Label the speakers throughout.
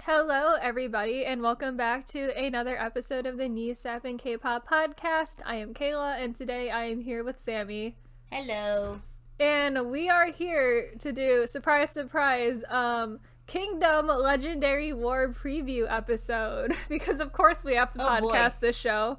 Speaker 1: Hello, everybody, and welcome back to another episode of the Knee Snap and K-pop podcast. I am Kayla, and today I am here with Sammy,
Speaker 2: Hello.
Speaker 1: and we are here to do surprise, surprise, um, Kingdom Legendary War preview episode because, of course, we have to
Speaker 2: Oh, boy. Oh,
Speaker 1: podcast this show.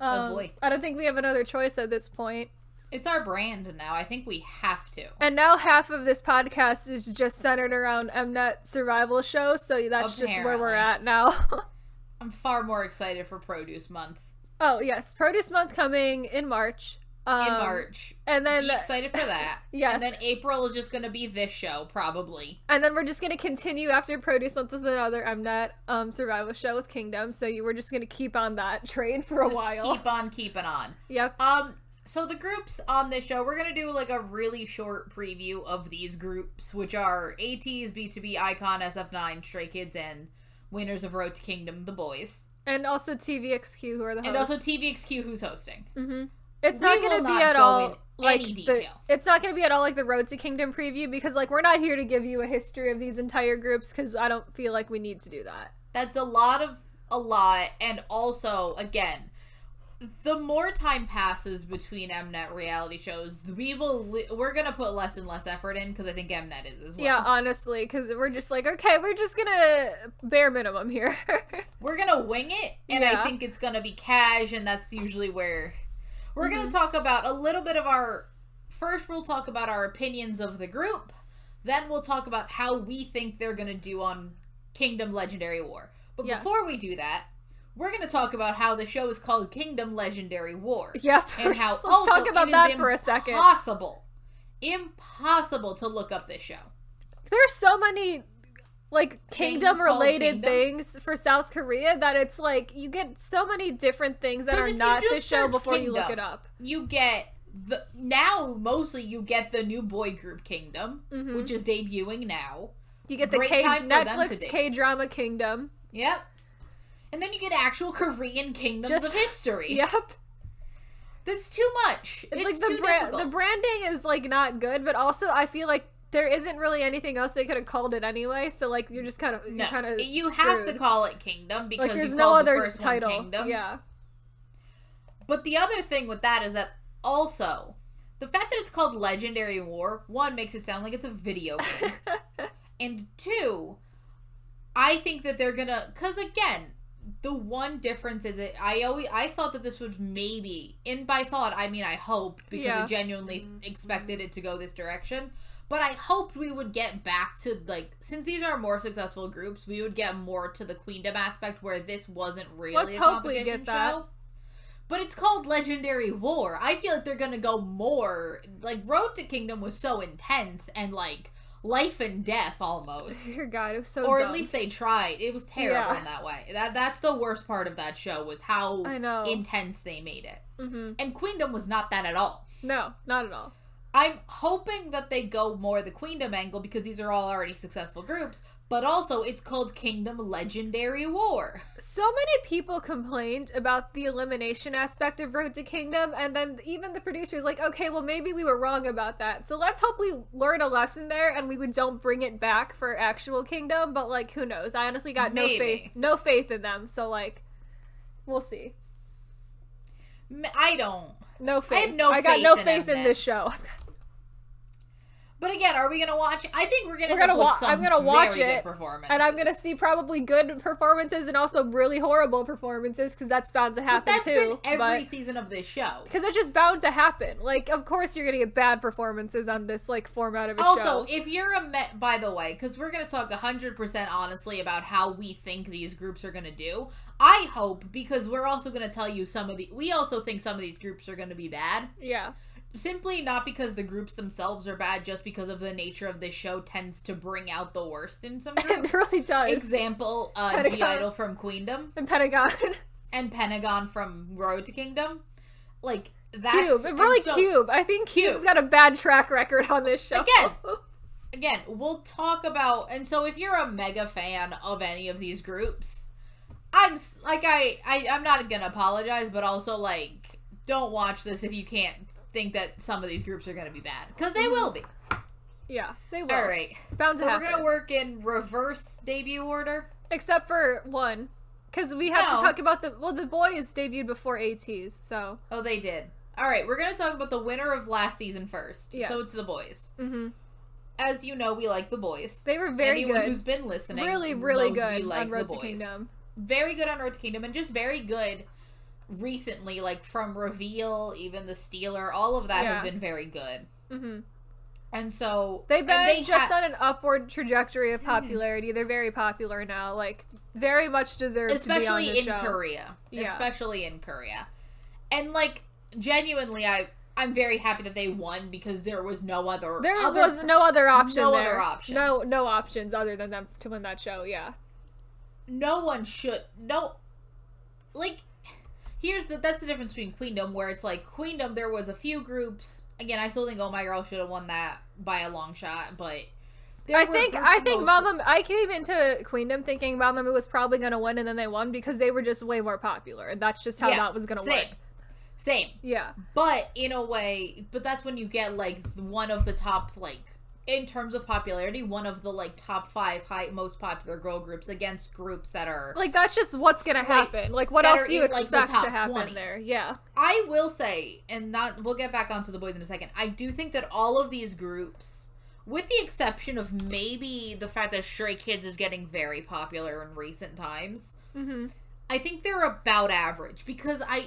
Speaker 1: Um,
Speaker 2: boy.
Speaker 1: I don't think we have another choice at this point.
Speaker 2: It's our brand now. I think we have to.
Speaker 1: And now half of this podcast is just centered around Mnet survival show, so that's just where we're
Speaker 2: Apparently.
Speaker 1: at now.
Speaker 2: I'm far more excited for Produce Month
Speaker 1: Oh yes, Produce Month coming in March. Um,
Speaker 2: in March.
Speaker 1: and then
Speaker 2: Be excited for that.
Speaker 1: yes.
Speaker 2: And then April is just going to be this show, probably.
Speaker 1: and then we're just gonna continue after Produce Month with another Mnet um, survival show with Kingdom. So you were just gonna keep on that train for a
Speaker 2: Just
Speaker 1: while.
Speaker 2: keep on keeping on.
Speaker 1: Yep.
Speaker 2: Um, so the groups on this show, we're gonna do like a really short preview of these groups, which are ATs, B2B, Icon, SF9, Stray Kids, and winners of Road to Kingdom, the boys,
Speaker 1: And also TVXQ who are the hosts.
Speaker 2: and also TVXQ, who's hosting.
Speaker 1: hmm It's
Speaker 2: We
Speaker 1: not
Speaker 2: will
Speaker 1: gonna be
Speaker 2: not
Speaker 1: at
Speaker 2: go
Speaker 1: all
Speaker 2: in
Speaker 1: like
Speaker 2: any
Speaker 1: the,
Speaker 2: detail.
Speaker 1: it's not gonna be at all like the Road to Kingdom preview because like we're not here to give you a history of these entire groups because I don't feel like we need to do that.
Speaker 2: That's a lot of a lot, and also again, the more time passes between Mnet reality shows, we will li- we're gonna put less and less effort in because I think Mnet is as well.
Speaker 1: Yeah, honestly, because we're just like okay, we're just gonna bare minimum here.
Speaker 2: we're gonna wing it and
Speaker 1: Yeah.
Speaker 2: i think it's gonna be cash and that's usually where we're
Speaker 1: Mhm.
Speaker 2: gonna talk about a little bit of our first we'll talk about our opinions of the group then we'll talk about how we think they're gonna do on kingdom legendary war but
Speaker 1: Yes.
Speaker 2: before we do that we're gonna talk about how the show is called kingdom legendary war
Speaker 1: Yep.
Speaker 2: and how
Speaker 1: let's
Speaker 2: also
Speaker 1: talk about
Speaker 2: it is
Speaker 1: that for a second.
Speaker 2: impossible impossible to look up this show
Speaker 1: There's so many like kingdom related
Speaker 2: called Kingdom.
Speaker 1: things for South Korea that it's like you get so many different things that
Speaker 2: 'Cause
Speaker 1: are
Speaker 2: if you
Speaker 1: not
Speaker 2: just
Speaker 1: the show
Speaker 2: search
Speaker 1: before you look it
Speaker 2: Kingdom.
Speaker 1: up.
Speaker 2: you get the now mostly you get the new boy group kingdom
Speaker 1: Mhm.
Speaker 2: which is debuting now.
Speaker 1: you get the
Speaker 2: great
Speaker 1: K
Speaker 2: time for them
Speaker 1: Netflix
Speaker 2: today.
Speaker 1: K drama Kingdom.
Speaker 2: Yep. And then you get actual Korean kingdoms
Speaker 1: Just-
Speaker 2: of history.
Speaker 1: Yep,
Speaker 2: That's too much.
Speaker 1: it's,
Speaker 2: It's,
Speaker 1: like the
Speaker 2: too
Speaker 1: brand. The
Speaker 2: difficult.
Speaker 1: branding is like not good, but also I feel like there isn't really anything else they could have called it anyway. So like you're just kind of
Speaker 2: no,
Speaker 1: you're kind of
Speaker 2: you have to call it kingdom because
Speaker 1: like there's
Speaker 2: you
Speaker 1: no
Speaker 2: called the
Speaker 1: other
Speaker 2: first
Speaker 1: title.
Speaker 2: one kingdom.
Speaker 1: Yeah,
Speaker 2: But the other thing with that is that also the fact that it's called Legendary War one makes it sound like it's a video game, and two, I think that they're gonna because again. The one difference is it. I always I thought that this would maybe, and by thought I mean I hoped because
Speaker 1: Yeah.
Speaker 2: I genuinely expected it to go this direction. But I hoped we would get back to like since these are more successful groups, we would get more to the queendom aspect where this wasn't really
Speaker 1: Let's
Speaker 2: a
Speaker 1: hope we
Speaker 2: competition
Speaker 1: get that.
Speaker 2: show. But it's called Legendary War. I feel like they're gonna go more like Road to Kingdom was so intense and like life and death almost.
Speaker 1: dear God, it was so.
Speaker 2: or
Speaker 1: dumb.
Speaker 2: at least they tried. It was terrible
Speaker 1: Yeah.
Speaker 2: in that way. That that's the worst part of that show was how
Speaker 1: I know.
Speaker 2: intense they made it.
Speaker 1: hmm
Speaker 2: And Queendom was not that at all.
Speaker 1: No, not at all.
Speaker 2: I'm hoping that they go more the Queendom angle because these are all already successful groups, but also it's called Kingdom Legendary War.
Speaker 1: So many people complained about the elimination aspect of Road to Kingdom, and then even the producers like, okay, well maybe we were wrong about that. So let's hope we learn a lesson there, and we would- don't bring it back for actual Kingdom. But like, who knows? I honestly got no
Speaker 2: Maybe.
Speaker 1: faith, no faith in them. So like, we'll see.
Speaker 2: M- I don't.
Speaker 1: No faith.
Speaker 2: have no
Speaker 1: I got
Speaker 2: faith
Speaker 1: no
Speaker 2: in
Speaker 1: faith in
Speaker 2: Mnet.
Speaker 1: this show.
Speaker 2: But again, are we gonna watch? I think we're gonna.
Speaker 1: We're gonna
Speaker 2: end up with
Speaker 1: wa-
Speaker 2: some
Speaker 1: I'm gonna watch
Speaker 2: very good
Speaker 1: it,
Speaker 2: performances.
Speaker 1: And I'm gonna see probably good performances and also really horrible performances because that's bound to
Speaker 2: But
Speaker 1: happen
Speaker 2: that's
Speaker 1: too.
Speaker 2: been every
Speaker 1: but-
Speaker 2: season of this show.
Speaker 1: because it's just bound to happen. Like, of course, you're gonna get bad performances on this like format of a
Speaker 2: Also,
Speaker 1: show.
Speaker 2: if you're a Met, by the way, because we're going to talk 100% honestly about how we think these groups are going to do. I hope, because we're also going to tell you some of the. We also think some of these groups are going to be bad.
Speaker 1: Yeah,
Speaker 2: Simply not because the groups themselves are bad, just because of the nature of this show tends to bring out the worst in some
Speaker 1: it
Speaker 2: groups.
Speaker 1: really does.
Speaker 2: Example, uh,
Speaker 1: Pentagon.
Speaker 2: G Idol from Queendom
Speaker 1: and Pentagon,
Speaker 2: and Pentagon from Road to Kingdom. Like, that's.
Speaker 1: Cube,
Speaker 2: and
Speaker 1: really
Speaker 2: so-
Speaker 1: Cube. I think
Speaker 2: Cube.
Speaker 1: Cube's got a bad track record on this show.
Speaker 2: Again. again, we'll talk about. And so, if you're a mega fan of any of these groups, I'm s- like I, I I'm not gonna apologize, but also like don't watch this if you can't think that some of these groups are gonna be bad because they will be.
Speaker 1: Yeah, they will.
Speaker 2: All right.
Speaker 1: Bound
Speaker 2: So
Speaker 1: to
Speaker 2: we're
Speaker 1: happen.
Speaker 2: gonna work in reverse debut order.
Speaker 1: Except for one, because we have
Speaker 2: No.
Speaker 1: to talk about the well, the boys debuted before ATs, so
Speaker 2: Oh, they did. All right, we're gonna talk about the winner of last season first.
Speaker 1: Yes.
Speaker 2: So it's the boys.
Speaker 1: mhm.
Speaker 2: As you know, we like the boys.
Speaker 1: they were very
Speaker 2: Anyone who's
Speaker 1: good,
Speaker 2: been listening,
Speaker 1: really, really
Speaker 2: knows
Speaker 1: good
Speaker 2: We like
Speaker 1: on
Speaker 2: the
Speaker 1: Road to
Speaker 2: boys.
Speaker 1: Kingdom.
Speaker 2: Very good on Road to Kingdom, and just very good recently. Like from reveal, even the Stealer, all of that
Speaker 1: Yeah.
Speaker 2: has been very good.
Speaker 1: hmm
Speaker 2: And so
Speaker 1: They've been
Speaker 2: and they
Speaker 1: just
Speaker 2: ha-
Speaker 1: on an upward trajectory of
Speaker 2: Mhm.
Speaker 1: popularity. They're very popular now, like very much deserved to be on
Speaker 2: especially
Speaker 1: the
Speaker 2: in
Speaker 1: show.
Speaker 2: Korea,
Speaker 1: Yeah.
Speaker 2: especially in Korea, and like genuinely, I I'm very happy that they won because there was no other
Speaker 1: There
Speaker 2: other
Speaker 1: was no other option.
Speaker 2: no other
Speaker 1: there.
Speaker 2: option.
Speaker 1: No, no options other than them to win that show. Yeah.
Speaker 2: no one should no like here's the that's the difference between queendom where it's like queendom there was a few groups again i still think oh my girl should have won that by a long shot but there
Speaker 1: I
Speaker 2: were
Speaker 1: think
Speaker 2: groups
Speaker 1: I think
Speaker 2: mostly-
Speaker 1: Mama I came into Queendom thinking Mama Moo was probably gonna win and then they won because they were just way more popular and that's just how
Speaker 2: Yeah,
Speaker 1: that was gonna
Speaker 2: same
Speaker 1: work.
Speaker 2: same
Speaker 1: Yeah.
Speaker 2: but in a way but that's when you get like one of the top like in terms of popularity one of the like top five high most popular girl groups against groups that are
Speaker 1: Like that's just what's gonna
Speaker 2: Slight-
Speaker 1: happen. Like what
Speaker 2: better
Speaker 1: else do you
Speaker 2: in, like, the
Speaker 1: expect
Speaker 2: top
Speaker 1: to happen
Speaker 2: 20.
Speaker 1: there? Yeah.
Speaker 2: I will say, and not we'll get back onto the boys in a second. I do think that all of these groups, with the exception of maybe the fact that Stray Kids is getting very popular in recent times,
Speaker 1: Mm-hmm.
Speaker 2: I think they're about average because I,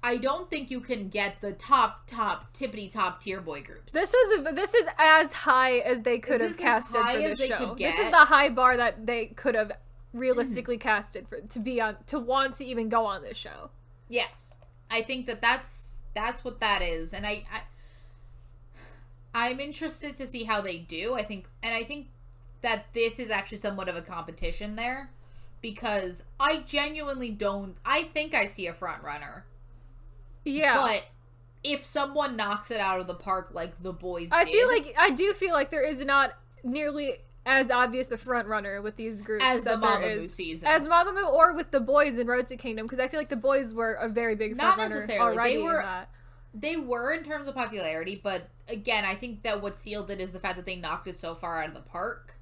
Speaker 2: I don't think you can get the top top tippity top tier boy groups.
Speaker 1: This was a, this is as high as they could have
Speaker 2: This is as
Speaker 1: casted
Speaker 2: high
Speaker 1: for
Speaker 2: as
Speaker 1: this
Speaker 2: they
Speaker 1: show.
Speaker 2: could
Speaker 1: This is
Speaker 2: get. Mm.
Speaker 1: the high bar that they could have realistically casted for to be on to want to even go on this show.
Speaker 2: Yes, I think that that's that's what that is, and I, I I'm interested to see how they do. I think, and I think that this is actually somewhat of a competition there, because I genuinely don't. I think I see a front runner,
Speaker 1: Yeah.
Speaker 2: but if someone knocks it out of the park like the boys,
Speaker 1: I
Speaker 2: did,
Speaker 1: feel like I do feel like there is not nearly as obvious a front runner with these groups
Speaker 2: as the
Speaker 1: that there
Speaker 2: Mamamoo
Speaker 1: is
Speaker 2: season,
Speaker 1: as Mamamoo or with the boys in Road to Kingdom because I feel like the boys were a very big
Speaker 2: Not
Speaker 1: front runner
Speaker 2: necessarily.
Speaker 1: already.
Speaker 2: They
Speaker 1: in
Speaker 2: were-
Speaker 1: that.
Speaker 2: they were in terms of popularity, but again, I think that what sealed it is the fact that they knocked it so far out of the park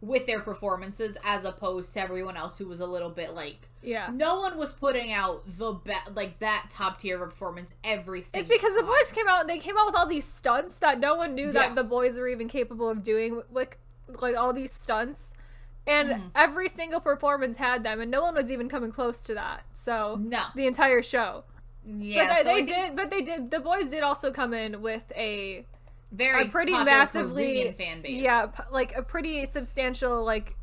Speaker 2: with their performances, as opposed to everyone else who was a little bit like
Speaker 1: Yeah,
Speaker 2: no one was putting out the be- like that top tier performance every single.
Speaker 1: it's because the
Speaker 2: time.
Speaker 1: boys came out. They came out with all these stunts that no one knew
Speaker 2: Yeah.
Speaker 1: that the boys were even capable of doing, like like all these stunts, and
Speaker 2: Mhm.
Speaker 1: every single performance had them, and no one was even coming close to that. So
Speaker 2: No,
Speaker 1: the entire show,
Speaker 2: yeah,
Speaker 1: but they,
Speaker 2: so I
Speaker 1: they
Speaker 2: think
Speaker 1: did. But they did. The boys did also come in with a
Speaker 2: very
Speaker 1: a pretty
Speaker 2: popular
Speaker 1: massively-
Speaker 2: Korean fan base.
Speaker 1: Yeah, p- like a pretty substantial, like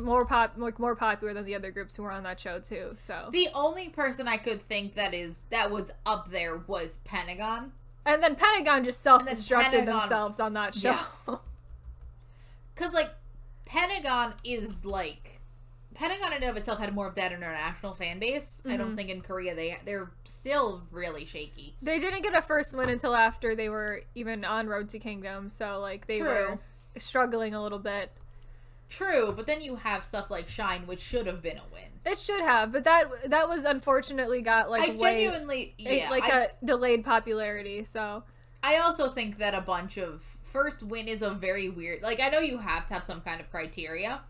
Speaker 1: more pop, like more popular than the other groups who were on that show too. So,
Speaker 2: The only person I could think that is that was up there was Pentagon.
Speaker 1: and then Pentagon just self-destructed
Speaker 2: Pentagon-
Speaker 1: themselves on that show.
Speaker 2: Yes. Because, like, Pentagon is like. Pentagon in and of itself had more of that international fan base. I don't
Speaker 1: Mhm.
Speaker 2: think in Korea they they're still really shaky.
Speaker 1: they didn't get a first win until after they were even on Road to Kingdom, so like they
Speaker 2: True.
Speaker 1: were struggling a little bit.
Speaker 2: True, but then you have stuff like Shine, which should have been a win.
Speaker 1: It should have, but that that was unfortunately got like
Speaker 2: I
Speaker 1: way
Speaker 2: genuinely,
Speaker 1: it-
Speaker 2: yeah.
Speaker 1: like
Speaker 2: I,
Speaker 1: a delayed popularity. So
Speaker 2: I also think that a bunch of first win is a very weird. Like I know you have to have some kind of criteria,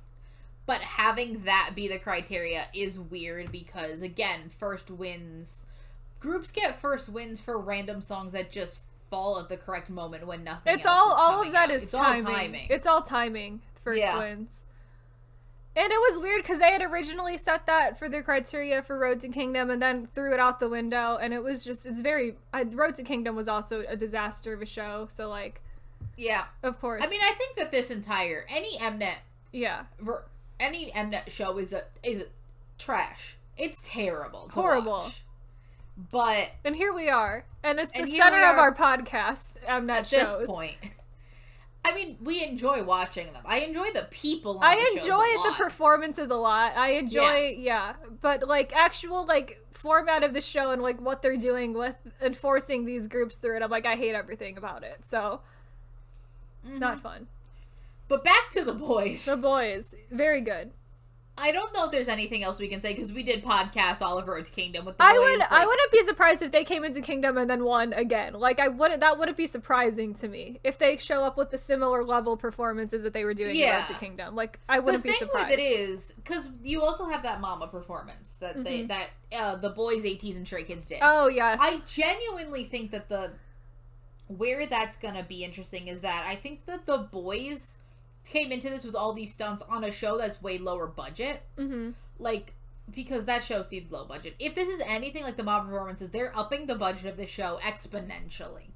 Speaker 2: but having that be the criteria is weird because again, first wins groups get first wins for random songs that just fall at the correct moment when nothing.
Speaker 1: it's
Speaker 2: else
Speaker 1: all
Speaker 2: is
Speaker 1: all
Speaker 2: coming
Speaker 1: of that
Speaker 2: out.
Speaker 1: is
Speaker 2: It's all
Speaker 1: timing.
Speaker 2: timing.
Speaker 1: It's all timing first
Speaker 2: Yeah.
Speaker 1: wins. And it was weird because they had originally set that for their criteria for Road to Kingdom, and then threw it out the window. And it was just it's very uh, Road to Kingdom was also a disaster of a show. So like,
Speaker 2: yeah.
Speaker 1: of course,
Speaker 2: I mean, I think that this entire any Mnet
Speaker 1: yeah,
Speaker 2: ver- any Mnet show is a is a, trash. It's terrible. to
Speaker 1: Horrible.
Speaker 2: watch. But
Speaker 1: and here we are, and it's
Speaker 2: And
Speaker 1: the
Speaker 2: here
Speaker 1: center
Speaker 2: we
Speaker 1: of
Speaker 2: are
Speaker 1: our podcast. I'm not
Speaker 2: at
Speaker 1: shows.
Speaker 2: this point. I mean, we enjoy watching them. I enjoy the people. On
Speaker 1: I
Speaker 2: the shows a
Speaker 1: enjoy the
Speaker 2: lot.
Speaker 1: performances a lot. I enjoy, yeah. but like actual like format of the show and like what they're doing with enforcing these groups through it. I'm like, I hate everything about it. So
Speaker 2: Mhm.
Speaker 1: not fun.
Speaker 2: But back to the boys.
Speaker 1: The boys, very good.
Speaker 2: I don't know if there's anything else we can say because we did podcast all of Road to Kingdom with the
Speaker 1: I
Speaker 2: boys.
Speaker 1: would
Speaker 2: like-
Speaker 1: I wouldn't be surprised if they came into Kingdom and then won again. Like I wouldn't that wouldn't be surprising to me if they show up with the similar level performances that they were doing in
Speaker 2: Yeah.
Speaker 1: Road to Kingdom. Like I
Speaker 2: the
Speaker 1: wouldn't
Speaker 2: thing
Speaker 1: be surprised.
Speaker 2: with it is because you also have that mama performance that they
Speaker 1: Mhm.
Speaker 2: that uh, the boys, ATs, and Stray Kids did.
Speaker 1: oh yes.
Speaker 2: I genuinely think that the where that's gonna be interesting is that I think that the boys came into this with all these stunts on a show that's way lower budget,
Speaker 1: hmm
Speaker 2: like because that show seemed low budget. If this is anything like the mob performances, they're upping the budget of the show exponentially.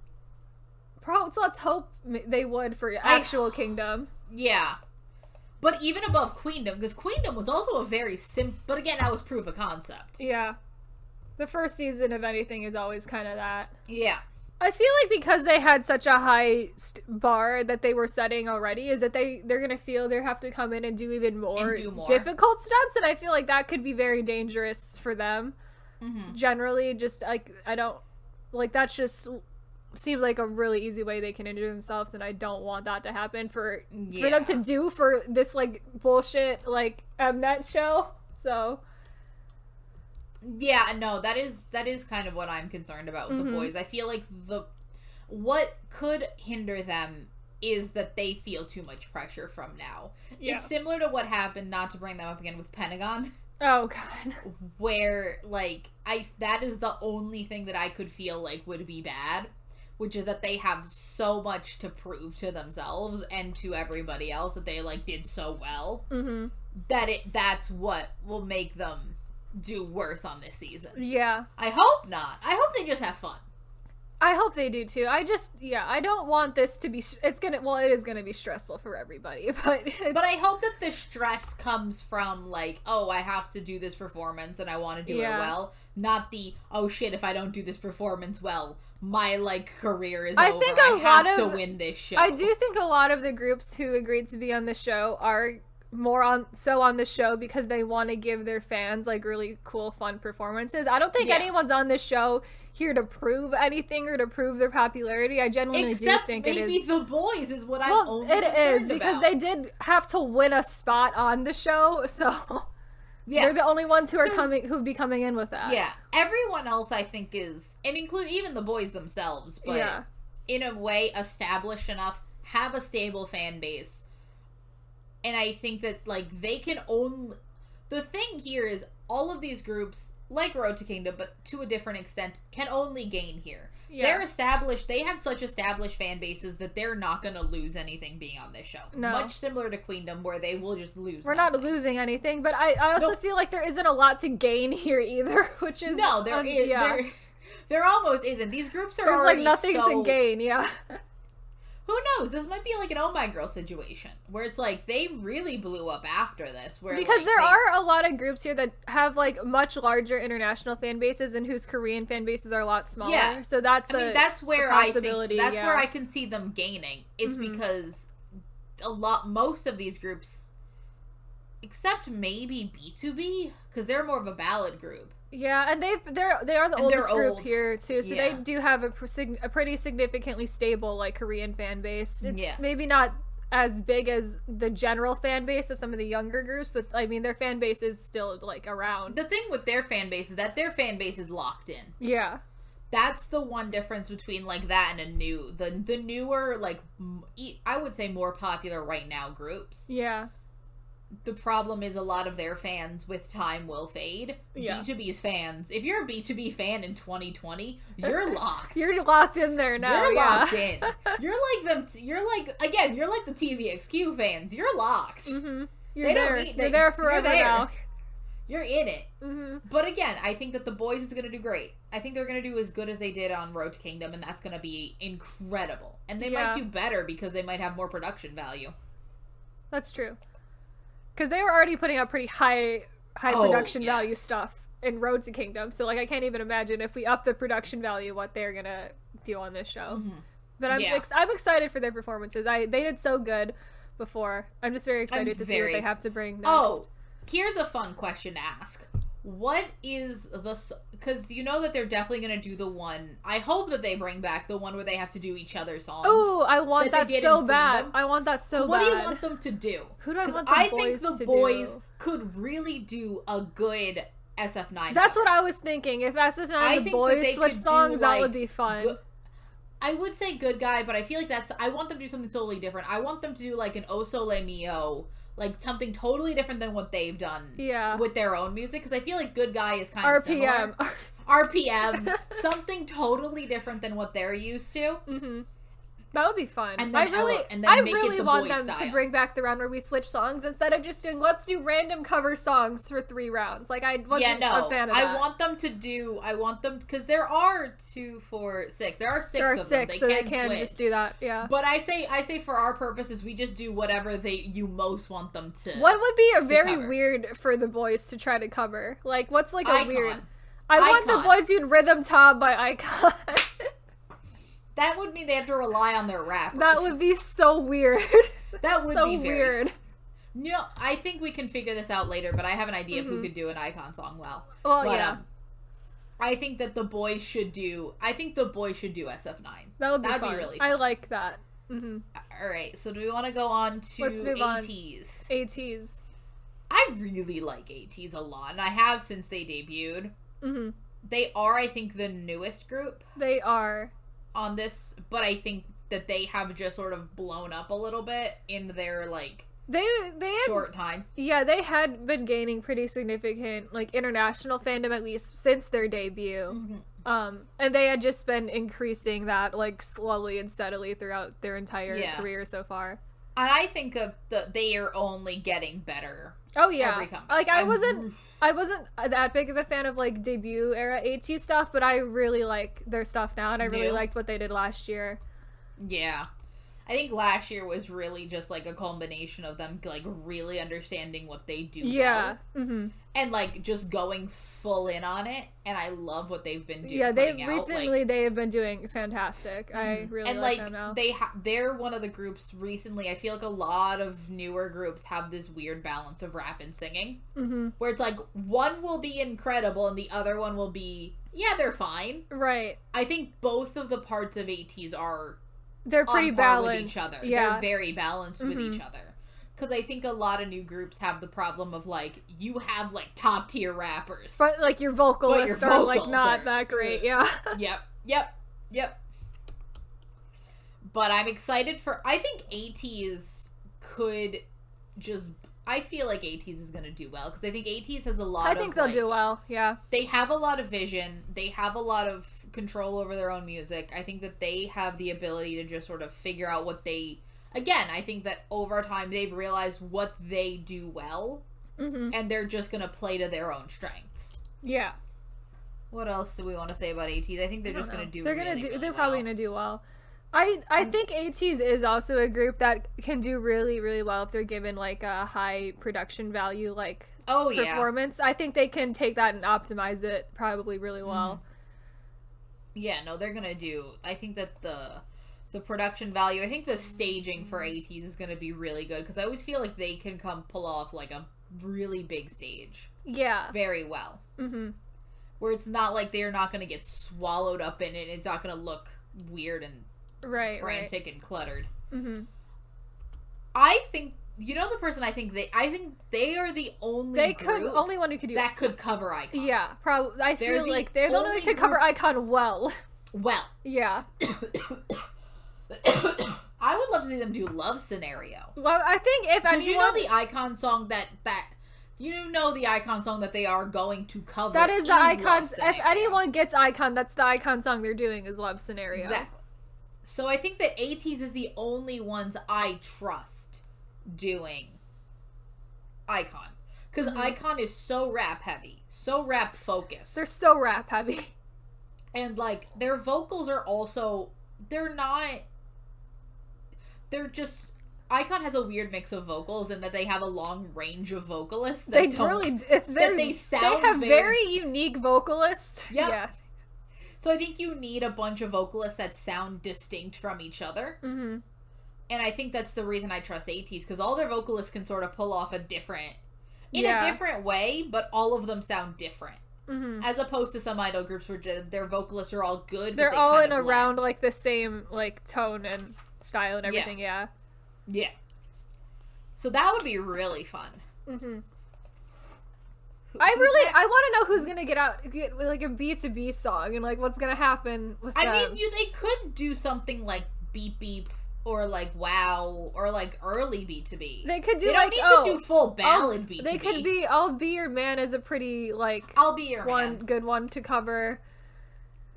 Speaker 1: Pro- so let's hope m- they would for actual Kingdom.
Speaker 2: Yeah. But even above Queendom, because Queendom was also a very simple, but again, that was proof of concept.
Speaker 1: Yeah. The first season of anything is always kind of that.
Speaker 2: Yeah.
Speaker 1: I feel like because they had such a high st- bar that they were setting already, is that they they're gonna feel they have to come in and do even more,
Speaker 2: do more.
Speaker 1: difficult stunts, and I feel like that could be very dangerous for them.
Speaker 2: Mm-hmm.
Speaker 1: Generally, just like I don't like that's just seems like a really easy way they can injure themselves, and I don't want that to happen for
Speaker 2: Yeah.
Speaker 1: for them to do for this like bullshit like Mnet show. So
Speaker 2: Yeah, no, that is that is kind of what I'm concerned about with
Speaker 1: Mhm.
Speaker 2: the boys. I feel like the what could hinder them is that they feel too much pressure from now.
Speaker 1: yeah.
Speaker 2: It's similar to what happened, not to bring them up again with Pentagon,
Speaker 1: oh god.
Speaker 2: where like I that is the only thing that I could feel like would be bad, which is that they have so much to prove to themselves and to everybody else that they like did so well
Speaker 1: Mm-hmm.
Speaker 2: that it that's what will make them do worse on this season.
Speaker 1: Yeah.
Speaker 2: I hope not. I hope they just have fun.
Speaker 1: I hope they do too. I just, yeah, I don't want this to be. s- It's gonna, well, it is gonna be stressful for everybody, but it's,
Speaker 2: But I hope that the stress comes from like, oh, I have to do this performance and I want to do
Speaker 1: Yeah.
Speaker 2: it well, not the oh shit if I don't do this performance well, my like career is
Speaker 1: I
Speaker 2: over.
Speaker 1: think
Speaker 2: I
Speaker 1: a
Speaker 2: have
Speaker 1: lot
Speaker 2: to
Speaker 1: of-
Speaker 2: win this show.
Speaker 1: I do think a lot of the groups who agreed to be on the show are more on so on the show because they want to give their fans like really cool, fun performances. I don't think
Speaker 2: Yeah.
Speaker 1: anyone's on this show here to prove anything or to prove their popularity. I genuinely do
Speaker 2: Except
Speaker 1: think it
Speaker 2: maybe
Speaker 1: is.
Speaker 2: the boys is what I'm
Speaker 1: Well,
Speaker 2: only
Speaker 1: it is
Speaker 2: concerned
Speaker 1: because
Speaker 2: about.
Speaker 1: they did have to win a spot on the show, so
Speaker 2: yeah
Speaker 1: they're the only ones who are
Speaker 2: 'Cause-
Speaker 1: coming who'd be coming in with that.
Speaker 2: yeah everyone else I think is and include even the boys themselves, but
Speaker 1: yeah.
Speaker 2: in a way established enough, have a stable fan base. And I think that like they can only the thing here is all of these groups like Road to Kingdom but to a different extent can only gain here.
Speaker 1: Yeah.
Speaker 2: They're established, they have such established fan bases that they're not going to lose anything being on this show.
Speaker 1: No.
Speaker 2: Much similar to Queendom where they will just lose.
Speaker 1: We're not
Speaker 2: nothing.
Speaker 1: losing anything, but I, I also
Speaker 2: Nope.
Speaker 1: feel like there isn't a lot to gain here either, which is
Speaker 2: No, there
Speaker 1: um,
Speaker 2: is there there almost isn't. These groups are
Speaker 1: There's like
Speaker 2: already
Speaker 1: nothing
Speaker 2: so
Speaker 1: to gain, yeah.
Speaker 2: who knows this might be like an oh my girl situation where it's like they really blew up after this where
Speaker 1: Because
Speaker 2: like,
Speaker 1: there
Speaker 2: they-
Speaker 1: are a lot of groups here that have like much larger international fan bases and whose Korean fan bases are a lot smaller.
Speaker 2: Yeah.
Speaker 1: So that's
Speaker 2: i mean
Speaker 1: a-
Speaker 2: that's where i think
Speaker 1: possibility,
Speaker 2: that's
Speaker 1: yeah.
Speaker 2: where i can see them gaining it's
Speaker 1: Mhm.
Speaker 2: because a lot most of these groups except maybe b2b because they're more of a ballad group
Speaker 1: yeah, and they've they're they are the
Speaker 2: And they're
Speaker 1: oldest group
Speaker 2: old.
Speaker 1: here too, so they
Speaker 2: Yeah.
Speaker 1: do have a, pr- sig- a pretty significantly stable like Korean fan base. It's
Speaker 2: Yeah.
Speaker 1: maybe not as big as the general fan base of some of the younger groups, but I mean their fan base is still like around.
Speaker 2: the thing with their fan base is that their fan base is locked in
Speaker 1: Yeah.
Speaker 2: that's the one difference between like that and a new the the newer like m- e- i would say more popular right now groups
Speaker 1: Yeah.
Speaker 2: the problem is a lot of their fans with time will fade.
Speaker 1: Yeah.
Speaker 2: B2B's fans, if you're a B2B fan in 2020, you're locked.
Speaker 1: You're locked in there now.
Speaker 2: You're
Speaker 1: yeah.
Speaker 2: locked in. You're like them. You're like again. You're like the TVXQ fans. You're locked.
Speaker 1: hmm You're
Speaker 2: They don't
Speaker 1: there.
Speaker 2: need-
Speaker 1: you're
Speaker 2: they-
Speaker 1: there
Speaker 2: you're
Speaker 1: forever
Speaker 2: there.
Speaker 1: now.
Speaker 2: You're in it.
Speaker 1: hmm
Speaker 2: But again, I think that the boys is gonna do great. I think they're gonna do as good as they did on Road to Kingdom, and that's gonna be incredible. And they
Speaker 1: Yeah.
Speaker 2: might do better because they might have more production value.
Speaker 1: That's true. Because they were already putting out pretty high, high
Speaker 2: Oh,
Speaker 1: production value
Speaker 2: yes.
Speaker 1: stuff in Road to Kingdom. So like, I can't even imagine if we up the production value what they're gonna do on this show.
Speaker 2: Mhm.
Speaker 1: But I'm
Speaker 2: Yeah.
Speaker 1: ex- I'm excited for their performances. I they did so good before. I'm just very excited to see
Speaker 2: very Oh,
Speaker 1: what they
Speaker 2: ex-
Speaker 1: have to bring. Next.
Speaker 2: Oh, here's a fun question to ask. What is the because you know that they're definitely gonna do the one. I hope that they bring back the one where they have to do each other songs.
Speaker 1: Oh, I want
Speaker 2: that
Speaker 1: that,
Speaker 2: they did
Speaker 1: so
Speaker 2: in
Speaker 1: bad.
Speaker 2: Kingdom.
Speaker 1: I want that so
Speaker 2: what
Speaker 1: bad.
Speaker 2: do you want them to do?
Speaker 1: Who do I
Speaker 2: 'Cause
Speaker 1: want the
Speaker 2: I think
Speaker 1: boys
Speaker 2: the
Speaker 1: to
Speaker 2: boys
Speaker 1: do?
Speaker 2: could really do a good SF9.
Speaker 1: That's what I was thinking. If SF9
Speaker 2: I
Speaker 1: and
Speaker 2: think that
Speaker 1: the
Speaker 2: they
Speaker 1: boys switch
Speaker 2: could do,
Speaker 1: songs, that
Speaker 2: like,
Speaker 1: would be fun.
Speaker 2: Go- I would say good guy, but I feel like that's I want them to do something totally different. I want them to do like an Oso Le Mio, like something totally different than what they've done
Speaker 1: yeah.
Speaker 2: with their own music because I feel like good guy is kind of
Speaker 1: RPM.
Speaker 2: RPM, something totally different than what they're used to.
Speaker 1: hmm That would be fun.
Speaker 2: And
Speaker 1: I
Speaker 2: then
Speaker 1: really,
Speaker 2: ele- and then
Speaker 1: I
Speaker 2: make it
Speaker 1: really
Speaker 2: the
Speaker 1: want
Speaker 2: boy
Speaker 1: them
Speaker 2: style.
Speaker 1: to bring back the round where we switch songs instead of just doing let's do random cover songs for three rounds. Like I wasn't
Speaker 2: yeah, no,
Speaker 1: a fan of
Speaker 2: I
Speaker 1: that.
Speaker 2: want them to do. I want them because there are two, four, six. There are six.
Speaker 1: there are
Speaker 2: of
Speaker 1: six,
Speaker 2: them. They
Speaker 1: so
Speaker 2: can
Speaker 1: they can
Speaker 2: switch.
Speaker 1: just do that. Yeah.
Speaker 2: But I say, I say for our purposes, we just do whatever they you most want them to.
Speaker 1: What would be a very
Speaker 2: cover.
Speaker 1: weird for the boys to try to cover? Like, what's like a
Speaker 2: Icon.
Speaker 1: weird? I want the
Speaker 2: Icon.
Speaker 1: boys doing "Rhythm Tom" by Icon.
Speaker 2: That would mean they have to rely on their rappers.
Speaker 1: that would be so weird.
Speaker 2: that would
Speaker 1: so
Speaker 2: be very
Speaker 1: weird.
Speaker 2: No, I think we can figure this out later, but I have an idea of who
Speaker 1: Mhm.
Speaker 2: could do an icon song well.
Speaker 1: Well,
Speaker 2: but,
Speaker 1: Oh, yeah,
Speaker 2: um, I think that the boys should do. I think the boys should do SF9.
Speaker 1: that would be
Speaker 2: that'd be
Speaker 1: fun.
Speaker 2: really
Speaker 1: I like that. hmm
Speaker 2: All right, so do we want to go on to
Speaker 1: Let's move on.
Speaker 2: ATs?
Speaker 1: ATs.
Speaker 2: I really like ATs a lot, and I have since they debuted.
Speaker 1: hmm
Speaker 2: They are, I think, the newest group
Speaker 1: They are.
Speaker 2: on this, but I think that they have just sort of blown up a little bit in their like
Speaker 1: They they had,
Speaker 2: short time.
Speaker 1: yeah they had been gaining pretty significant like international fandom at least since their debut.
Speaker 2: Mm.
Speaker 1: Um, and they had just been increasing that like slowly and steadily throughout their entire
Speaker 2: Yeah.
Speaker 1: career so far.
Speaker 2: And I think that the, they are only getting better
Speaker 1: Oh yeah,
Speaker 2: every comeback.
Speaker 1: like I
Speaker 2: I'm-
Speaker 1: wasn't I wasn't that big of a fan of like debut era AT stuff, but I really like their stuff now, and I really
Speaker 2: New?
Speaker 1: liked what they did last year.
Speaker 2: Yeah. I think last year was really just like a culmination of them like really understanding what they do.
Speaker 1: Yeah,
Speaker 2: well
Speaker 1: hmm
Speaker 2: and like just going full in on it. And I love what they've been doing.
Speaker 1: yeah. They
Speaker 2: putting out, like-
Speaker 1: recently they have been doing fantastic. I
Speaker 2: Mhm.
Speaker 1: really
Speaker 2: and
Speaker 1: like,
Speaker 2: like
Speaker 1: them now.
Speaker 2: they ha- they're one of the groups recently. I feel like a lot of newer groups have this weird balance of rap and singing,
Speaker 1: hmm
Speaker 2: where it's like one will be incredible and the other one will be yeah they're fine.
Speaker 1: Right,
Speaker 2: I think both of the parts of ATs are
Speaker 1: they're
Speaker 2: on
Speaker 1: pretty
Speaker 2: par
Speaker 1: balanced.
Speaker 2: with each other. They're
Speaker 1: Yeah,
Speaker 2: very balanced with
Speaker 1: Mhm.
Speaker 2: each other. Because I think a lot of new groups have the problem of like you have like top tier rappers.
Speaker 1: but like your vocalists are like
Speaker 2: vocals
Speaker 1: not
Speaker 2: are-
Speaker 1: that great. Yeah,
Speaker 2: yep, yep, yep. But I'm excited for. I think ATs could just. I feel like ATs is gonna do well because I think ATs has a lot.
Speaker 1: I think
Speaker 2: of,
Speaker 1: they'll
Speaker 2: like-
Speaker 1: do well. Yeah,
Speaker 2: They have a lot of vision. They have a lot of control over their own music. I think that they have the ability to just sort of figure out what they. Again, I think that over time they've realized what they do well,
Speaker 1: hmm
Speaker 2: and they're just gonna play to their own strengths.
Speaker 1: yeah.
Speaker 2: What else do we want to say about ATs? I think they're
Speaker 1: I
Speaker 2: just
Speaker 1: don't
Speaker 2: gonna
Speaker 1: know.
Speaker 2: do.
Speaker 1: They're gonna
Speaker 2: really,
Speaker 1: do.
Speaker 2: really
Speaker 1: they're
Speaker 2: well.
Speaker 1: probably gonna do well. I I
Speaker 2: Mm.
Speaker 1: think ATs is also a group that can do really really well if they're given like a high production value like
Speaker 2: Oh yeah,
Speaker 1: performance. I think they can take that and optimize it probably really
Speaker 2: Mm-hmm.
Speaker 1: well.
Speaker 2: Yeah, no, they're gonna do. I think that the the production value, I think the staging for ATs is gonna be really good because I always feel like they can come pull off like a really big stage
Speaker 1: Yeah.
Speaker 2: very well,
Speaker 1: hmm
Speaker 2: where it's not like they're not gonna get swallowed up in it. It's not gonna look weird and
Speaker 1: Right.
Speaker 2: frantic and cluttered.
Speaker 1: Right. hmm
Speaker 2: I think you know the person I think they I think they are the only
Speaker 1: They could
Speaker 2: group
Speaker 1: only one who could do.
Speaker 2: that could cover Icon.
Speaker 1: Yeah. Probably. I
Speaker 2: They're
Speaker 1: feel
Speaker 2: the
Speaker 1: like they're the only one
Speaker 2: only
Speaker 1: who could cover
Speaker 2: group-
Speaker 1: Icon well.
Speaker 2: Well,
Speaker 1: yeah.
Speaker 2: I would love to see them do Love Scenario.
Speaker 1: Well, I think if
Speaker 2: Because
Speaker 1: anyone.
Speaker 2: you know the icon song that that you know the icon song that they are going to cover.
Speaker 1: that is the
Speaker 2: Love
Speaker 1: icons. If
Speaker 2: Scenario.
Speaker 1: anyone gets icon, that's the icon song they're doing is love scenario.
Speaker 2: exactly. So I think that ATs is the only ones I trust doing icon because
Speaker 1: Mhm.
Speaker 2: icon is so rap heavy, so rap focused,
Speaker 1: They're so rap heavy.
Speaker 2: and like their vocals are also they're not they're just. Icon has a weird mix of vocals in that they have a long range of vocalists. That
Speaker 1: They
Speaker 2: don't
Speaker 1: really, d- it's very,
Speaker 2: they sound
Speaker 1: have
Speaker 2: very-
Speaker 1: very, unique vocalists.
Speaker 2: Yep.
Speaker 1: Yeah.
Speaker 2: So I think you need a bunch of vocalists that sound distinct from each other.
Speaker 1: hmm
Speaker 2: And I think that's the reason I trust ATs because all their vocalists can sort of pull off a different. in
Speaker 1: Yeah.
Speaker 2: a different way, but all of them sound different.
Speaker 1: hmm
Speaker 2: As opposed to some idol groups where ju- their vocalists are all good. but
Speaker 1: They're
Speaker 2: they
Speaker 1: all
Speaker 2: kind
Speaker 1: in
Speaker 2: of
Speaker 1: around
Speaker 2: blend.
Speaker 1: like the same like tone and style and
Speaker 2: Yeah.
Speaker 1: everything. Yeah.
Speaker 2: yeah. So that would be really fun.
Speaker 1: hmm
Speaker 2: Who-
Speaker 1: I
Speaker 2: who's
Speaker 1: really,
Speaker 2: next?
Speaker 1: I want to know who's gonna get out, get like a B to B song, and like what's gonna happen with
Speaker 2: I
Speaker 1: them.
Speaker 2: mean, you they could do something like beep beep or like wow or like early B two B.
Speaker 1: they could do
Speaker 2: They don't
Speaker 1: like
Speaker 2: need
Speaker 1: oh,
Speaker 2: to do full
Speaker 1: I'll-
Speaker 2: ballad B two B.
Speaker 1: They could be "I'll Be Your Man" is a pretty like
Speaker 2: I'll be your
Speaker 1: one
Speaker 2: man.
Speaker 1: good one to cover,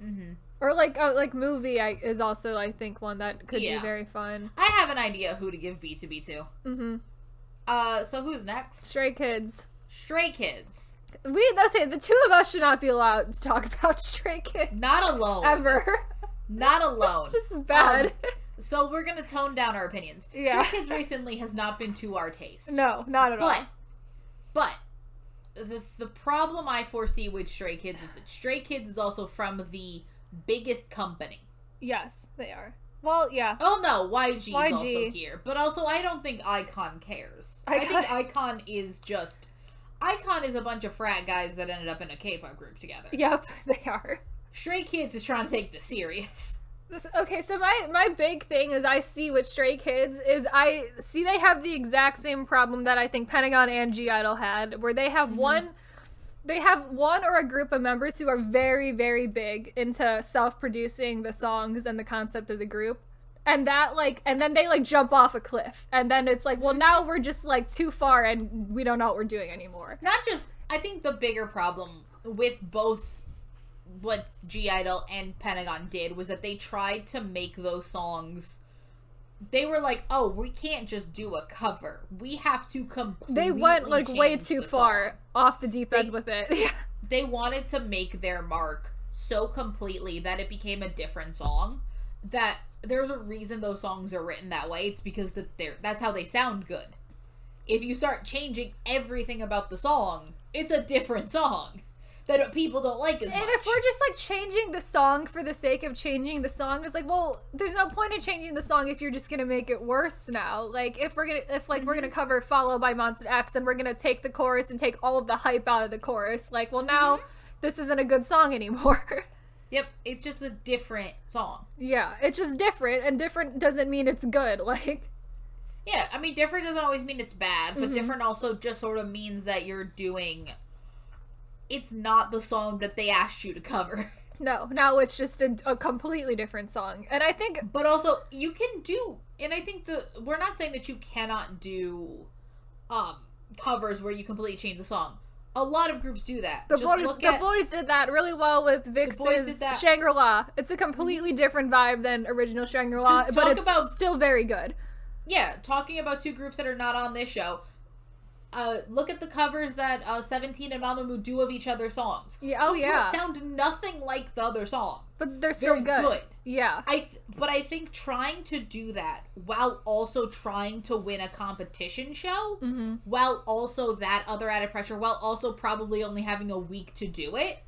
Speaker 2: hmm
Speaker 1: or like oh, like movie I, is also I think one that could
Speaker 2: Yeah.
Speaker 1: be very fun.
Speaker 2: I have an idea who to give B two B to.
Speaker 1: hmm
Speaker 2: Uh, so who's next?
Speaker 1: Stray Kids.
Speaker 2: Stray Kids.
Speaker 1: We though say the two of us should not be allowed to talk about Stray Kids
Speaker 2: Not alone.
Speaker 1: ever.
Speaker 2: Not alone.
Speaker 1: it's just bad.
Speaker 2: Um, So we're gonna tone down our opinions.
Speaker 1: Yeah.
Speaker 2: Stray Kids recently has not been to our taste.
Speaker 1: no, not at all.
Speaker 2: But, but the the problem I foresee with Stray Kids is that Stray Kids is also from the biggest company.
Speaker 1: Yes, they are. Well, yeah.
Speaker 2: Oh no, YG, is also
Speaker 1: YG.
Speaker 2: here, but also I don't think Icon cares. I think
Speaker 1: Icon-
Speaker 2: Icon is just Icon is a bunch of frat guys that ended up in a K-pop group together.
Speaker 1: Yep, they are.
Speaker 2: Stray Kids is trying to take this serious.
Speaker 1: This- Okay, so my my big thing is I see with Stray Kids is I see they have the exact same problem that I think Pentagon and G Idol had, where they have
Speaker 2: Mhm.
Speaker 1: one, they have one or a group of members who are very very big into self producing the songs and the concept of the group, and that like and then they like jump off a cliff, and then it's like well now we're just like too far and we don't know what we're doing anymore.
Speaker 2: Not just I think the bigger problem with both what G Idol and Pentagon did was that they tried to make those songs they were like, "Oh, we can't just do a cover. We have to completely
Speaker 1: They went like way
Speaker 2: change
Speaker 1: too
Speaker 2: the
Speaker 1: far
Speaker 2: song."
Speaker 1: off the deep end
Speaker 2: They-
Speaker 1: with it.
Speaker 2: they wanted to make their mark so completely that it became a different song that there's a reason those songs are written that way it's because that they're that's how they sound good if you start changing everything about the song it's a different song that people don't like as
Speaker 1: And
Speaker 2: much
Speaker 1: if we're just like changing the song for the sake of changing the song, it's like, well, there's no point in changing the song if you're just gonna make it worse now. Like if we're gonna if like we're gonna cover Follow by Monster X and we're gonna take the chorus and take all of the hype out of the chorus, like, well now this isn't a good song anymore.
Speaker 2: yep it's just a different song
Speaker 1: yeah. It's just different and different doesn't mean it's good. Like
Speaker 2: yeah i mean different doesn't always mean it's bad but
Speaker 1: Mhm.
Speaker 2: different also just sort of means that you're doing it's not the song that they asked you to cover
Speaker 1: no, now it's just a, a completely different song. And I think
Speaker 2: But also, you can do, and I think the we're not saying that you cannot do um covers where you completely change the song. A lot of groups do that.
Speaker 1: The
Speaker 2: Just
Speaker 1: boys,
Speaker 2: look
Speaker 1: the
Speaker 2: at
Speaker 1: boys did that really well with
Speaker 2: boys did
Speaker 1: Vix's
Speaker 2: that- Mm-hmm.
Speaker 1: Shangri La. It's a completely different vibe than original Shangri La,
Speaker 2: To
Speaker 1: but
Speaker 2: talk
Speaker 1: it's
Speaker 2: about-
Speaker 1: still very good.
Speaker 2: yeah, talking about two groups that are not on this show. Uh, look at the covers that uh, Seventeen and Mamamoo do of each other's songs.
Speaker 1: Yeah, oh
Speaker 2: Those
Speaker 1: yeah,
Speaker 2: sound nothing like the other song.
Speaker 1: but they're
Speaker 2: They're
Speaker 1: still good.
Speaker 2: good.
Speaker 1: Yeah,
Speaker 2: I th- but I think trying to do that while also trying to win a competition show
Speaker 1: hmm
Speaker 2: while also that other added pressure, while also probably only having a week to do it,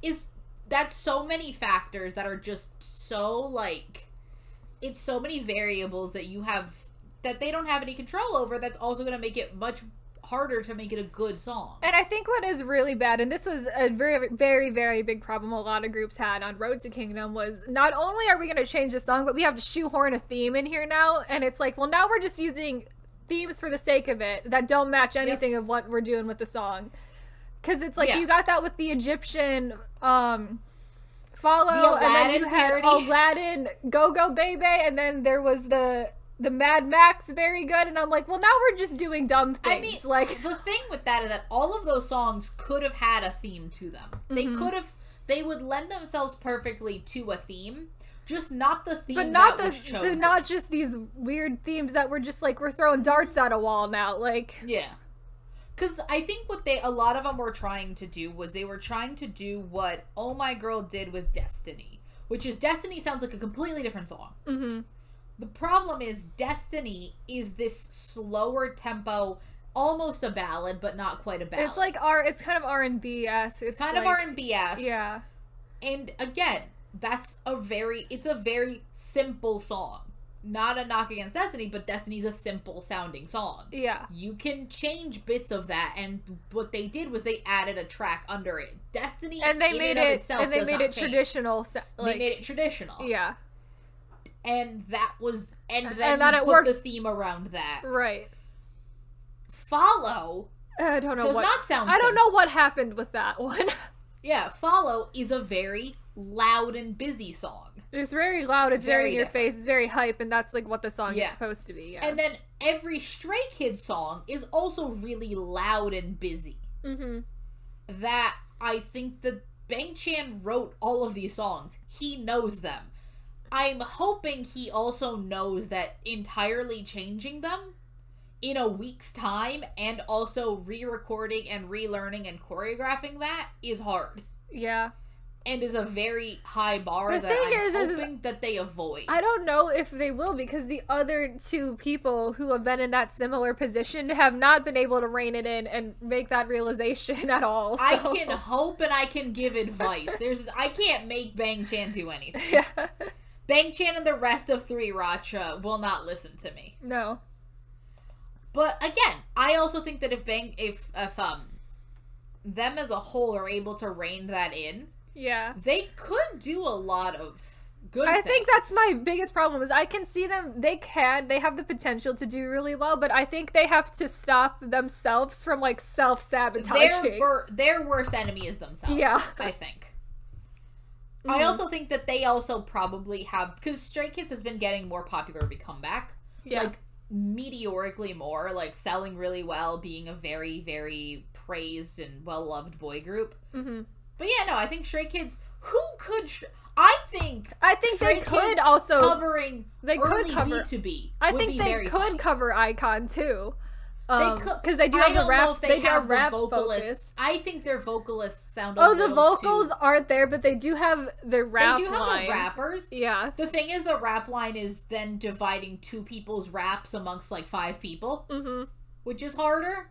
Speaker 2: is that's so many factors that are just so like it's so many variables that you have that they don't have any control over that's also going to make it much harder to make it a good song.
Speaker 1: and I think what is really bad, and this was a very, very, very big problem a lot of groups had on Road to Kingdom, was not only are we going to change the song, but we have to shoehorn a theme in here now, and it's like, well, now we're just using themes for the sake of it that don't match anything of what we're doing with the song. Because it's like
Speaker 2: Yeah.
Speaker 1: you got that with the Egyptian um follow,
Speaker 2: The
Speaker 1: and then
Speaker 2: Aladdin
Speaker 1: you had
Speaker 2: parody.
Speaker 1: Aladdin Go Go Baby, and then there was the the Mad Max very good, and I'm like, well, now we're just doing dumb things.
Speaker 2: I mean,
Speaker 1: like,
Speaker 2: the thing with that is that all of those songs could have had a theme to them. They
Speaker 1: Mhm.
Speaker 2: could have. They would lend themselves perfectly to a theme, just not the theme.
Speaker 1: but not
Speaker 2: that
Speaker 1: the,
Speaker 2: was
Speaker 1: the
Speaker 2: chosen.
Speaker 1: not just these weird themes that we're just like we're throwing darts at a wall now. Like,
Speaker 2: Yeah. Cuz I think what they a lot of them were trying to do was they were trying to do what Oh My Girl did with Destiny, which is Destiny sounds like a completely different song.
Speaker 1: hmm
Speaker 2: The problem is Destiny is this slower tempo, almost a ballad but not quite a ballad.
Speaker 1: it's like R. It's kind of R and B esque. It's
Speaker 2: it's kind of
Speaker 1: like-
Speaker 2: R&B esque.
Speaker 1: Yeah.
Speaker 2: And again, that's a very it's a very simple song. not a knock against Destiny, but Destiny's a simple sounding song.
Speaker 1: Yeah.
Speaker 2: You can change bits of that, and what they did was they added a track under it. Destiny
Speaker 1: And they
Speaker 2: in
Speaker 1: made
Speaker 2: of
Speaker 1: it
Speaker 2: itself
Speaker 1: and they
Speaker 2: does
Speaker 1: made
Speaker 2: not
Speaker 1: it
Speaker 2: change.
Speaker 1: traditional so- like
Speaker 2: they made it traditional,
Speaker 1: yeah.
Speaker 2: and that was and
Speaker 1: And-
Speaker 2: then
Speaker 1: and that
Speaker 2: you
Speaker 1: it
Speaker 2: put the
Speaker 1: works.
Speaker 2: theme around that.
Speaker 1: Right.
Speaker 2: Follow
Speaker 1: I don't know
Speaker 2: does
Speaker 1: what
Speaker 2: not sound.
Speaker 1: I don't
Speaker 2: simple.
Speaker 1: know what happened with that one.
Speaker 2: Yeah, follow is a very loud and busy song.
Speaker 1: It's very loud. It's very,
Speaker 2: Very
Speaker 1: in your
Speaker 2: different.
Speaker 1: face. It's very hype, and that's like what the song
Speaker 2: Yeah.
Speaker 1: is supposed to be. Yeah.
Speaker 2: And then every Stray Kid song is also really loud and busy.
Speaker 1: mm-hmm.
Speaker 2: That I think that Bang Chan wrote all of these songs. He knows them. I'm hoping he also knows that entirely changing them in a week's time and also re recording and relearning and choreographing that is hard
Speaker 1: Yeah.
Speaker 2: and is a very high bar
Speaker 1: The
Speaker 2: that
Speaker 1: thing
Speaker 2: I'm
Speaker 1: is- is- is-
Speaker 2: hoping that they avoid.
Speaker 1: I don't know if they will because the other two people who have been in that similar position have not been able to rein it in and make that realization at all.
Speaker 2: I
Speaker 1: so-
Speaker 2: can hope and I can give advice. There's I can't make Bang Chan do anything.
Speaker 1: Yeah.
Speaker 2: Bang Chan and the rest of Three Racha will not listen to me.
Speaker 1: No.
Speaker 2: But again, I also think that if Bang if if um them as a whole are able to rein that in,
Speaker 1: Yeah.
Speaker 2: they could do a lot of good.
Speaker 1: I
Speaker 2: things.
Speaker 1: think that's my biggest problem is I can see them they can they have the potential to do really well but I think they have to stop themselves from like
Speaker 2: their
Speaker 1: self-sabotaging.
Speaker 2: wor- their worst enemy is themselves.
Speaker 1: Yeah.
Speaker 2: I think. I
Speaker 1: Mhm.
Speaker 2: also think that they also probably have because Stray Kids has been getting more popular every comeback.
Speaker 1: yeah.
Speaker 2: like meteorically more, like selling really well, being a very, very praised and well loved boy group.
Speaker 1: hmm
Speaker 2: But yeah, no, I think Stray Kids. Who could? Sh- I think
Speaker 1: I think they
Speaker 2: Stray
Speaker 1: could
Speaker 2: Kids
Speaker 1: also
Speaker 2: covering
Speaker 1: Oh, they could
Speaker 2: early
Speaker 1: cover
Speaker 2: B two B.
Speaker 1: I think they could cover Icon too. Um,
Speaker 2: could-
Speaker 1: because they do
Speaker 2: I
Speaker 1: have
Speaker 2: don't
Speaker 1: the rap.
Speaker 2: know if they,
Speaker 1: they do
Speaker 2: have,
Speaker 1: have rap
Speaker 2: the vocalists.
Speaker 1: focus.
Speaker 2: I think their vocalists sound. A
Speaker 1: Oh, the
Speaker 2: little
Speaker 1: vocals
Speaker 2: Too,
Speaker 1: aren't there, but they do have the rap
Speaker 2: they do have
Speaker 1: line.
Speaker 2: the rappers.
Speaker 1: Yeah.
Speaker 2: The thing is, the rap line is then dividing two people's raps amongst like five people.
Speaker 1: hmm
Speaker 2: which is harder.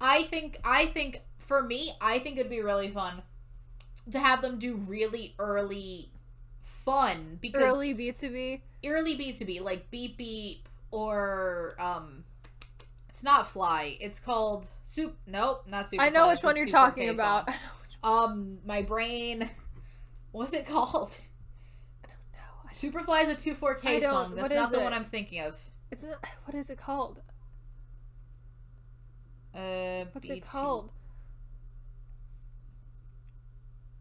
Speaker 2: I think I think for me, I think it'd be really fun to have them do really early fun because early,
Speaker 1: Early B two B.
Speaker 2: B2B like beep beep or um it's not fly. It's called soup. Nope, not soup.
Speaker 1: I know which one you're talking about.
Speaker 2: Um, my brain. What's it called? Superfly is a two four
Speaker 1: I
Speaker 2: K
Speaker 1: don't-
Speaker 2: song.
Speaker 1: what
Speaker 2: That's not
Speaker 1: is
Speaker 2: the
Speaker 1: it?
Speaker 2: one I'm thinking of.
Speaker 1: It's not, what is it called?
Speaker 2: Uh,
Speaker 1: What's
Speaker 2: B2B.
Speaker 1: it called?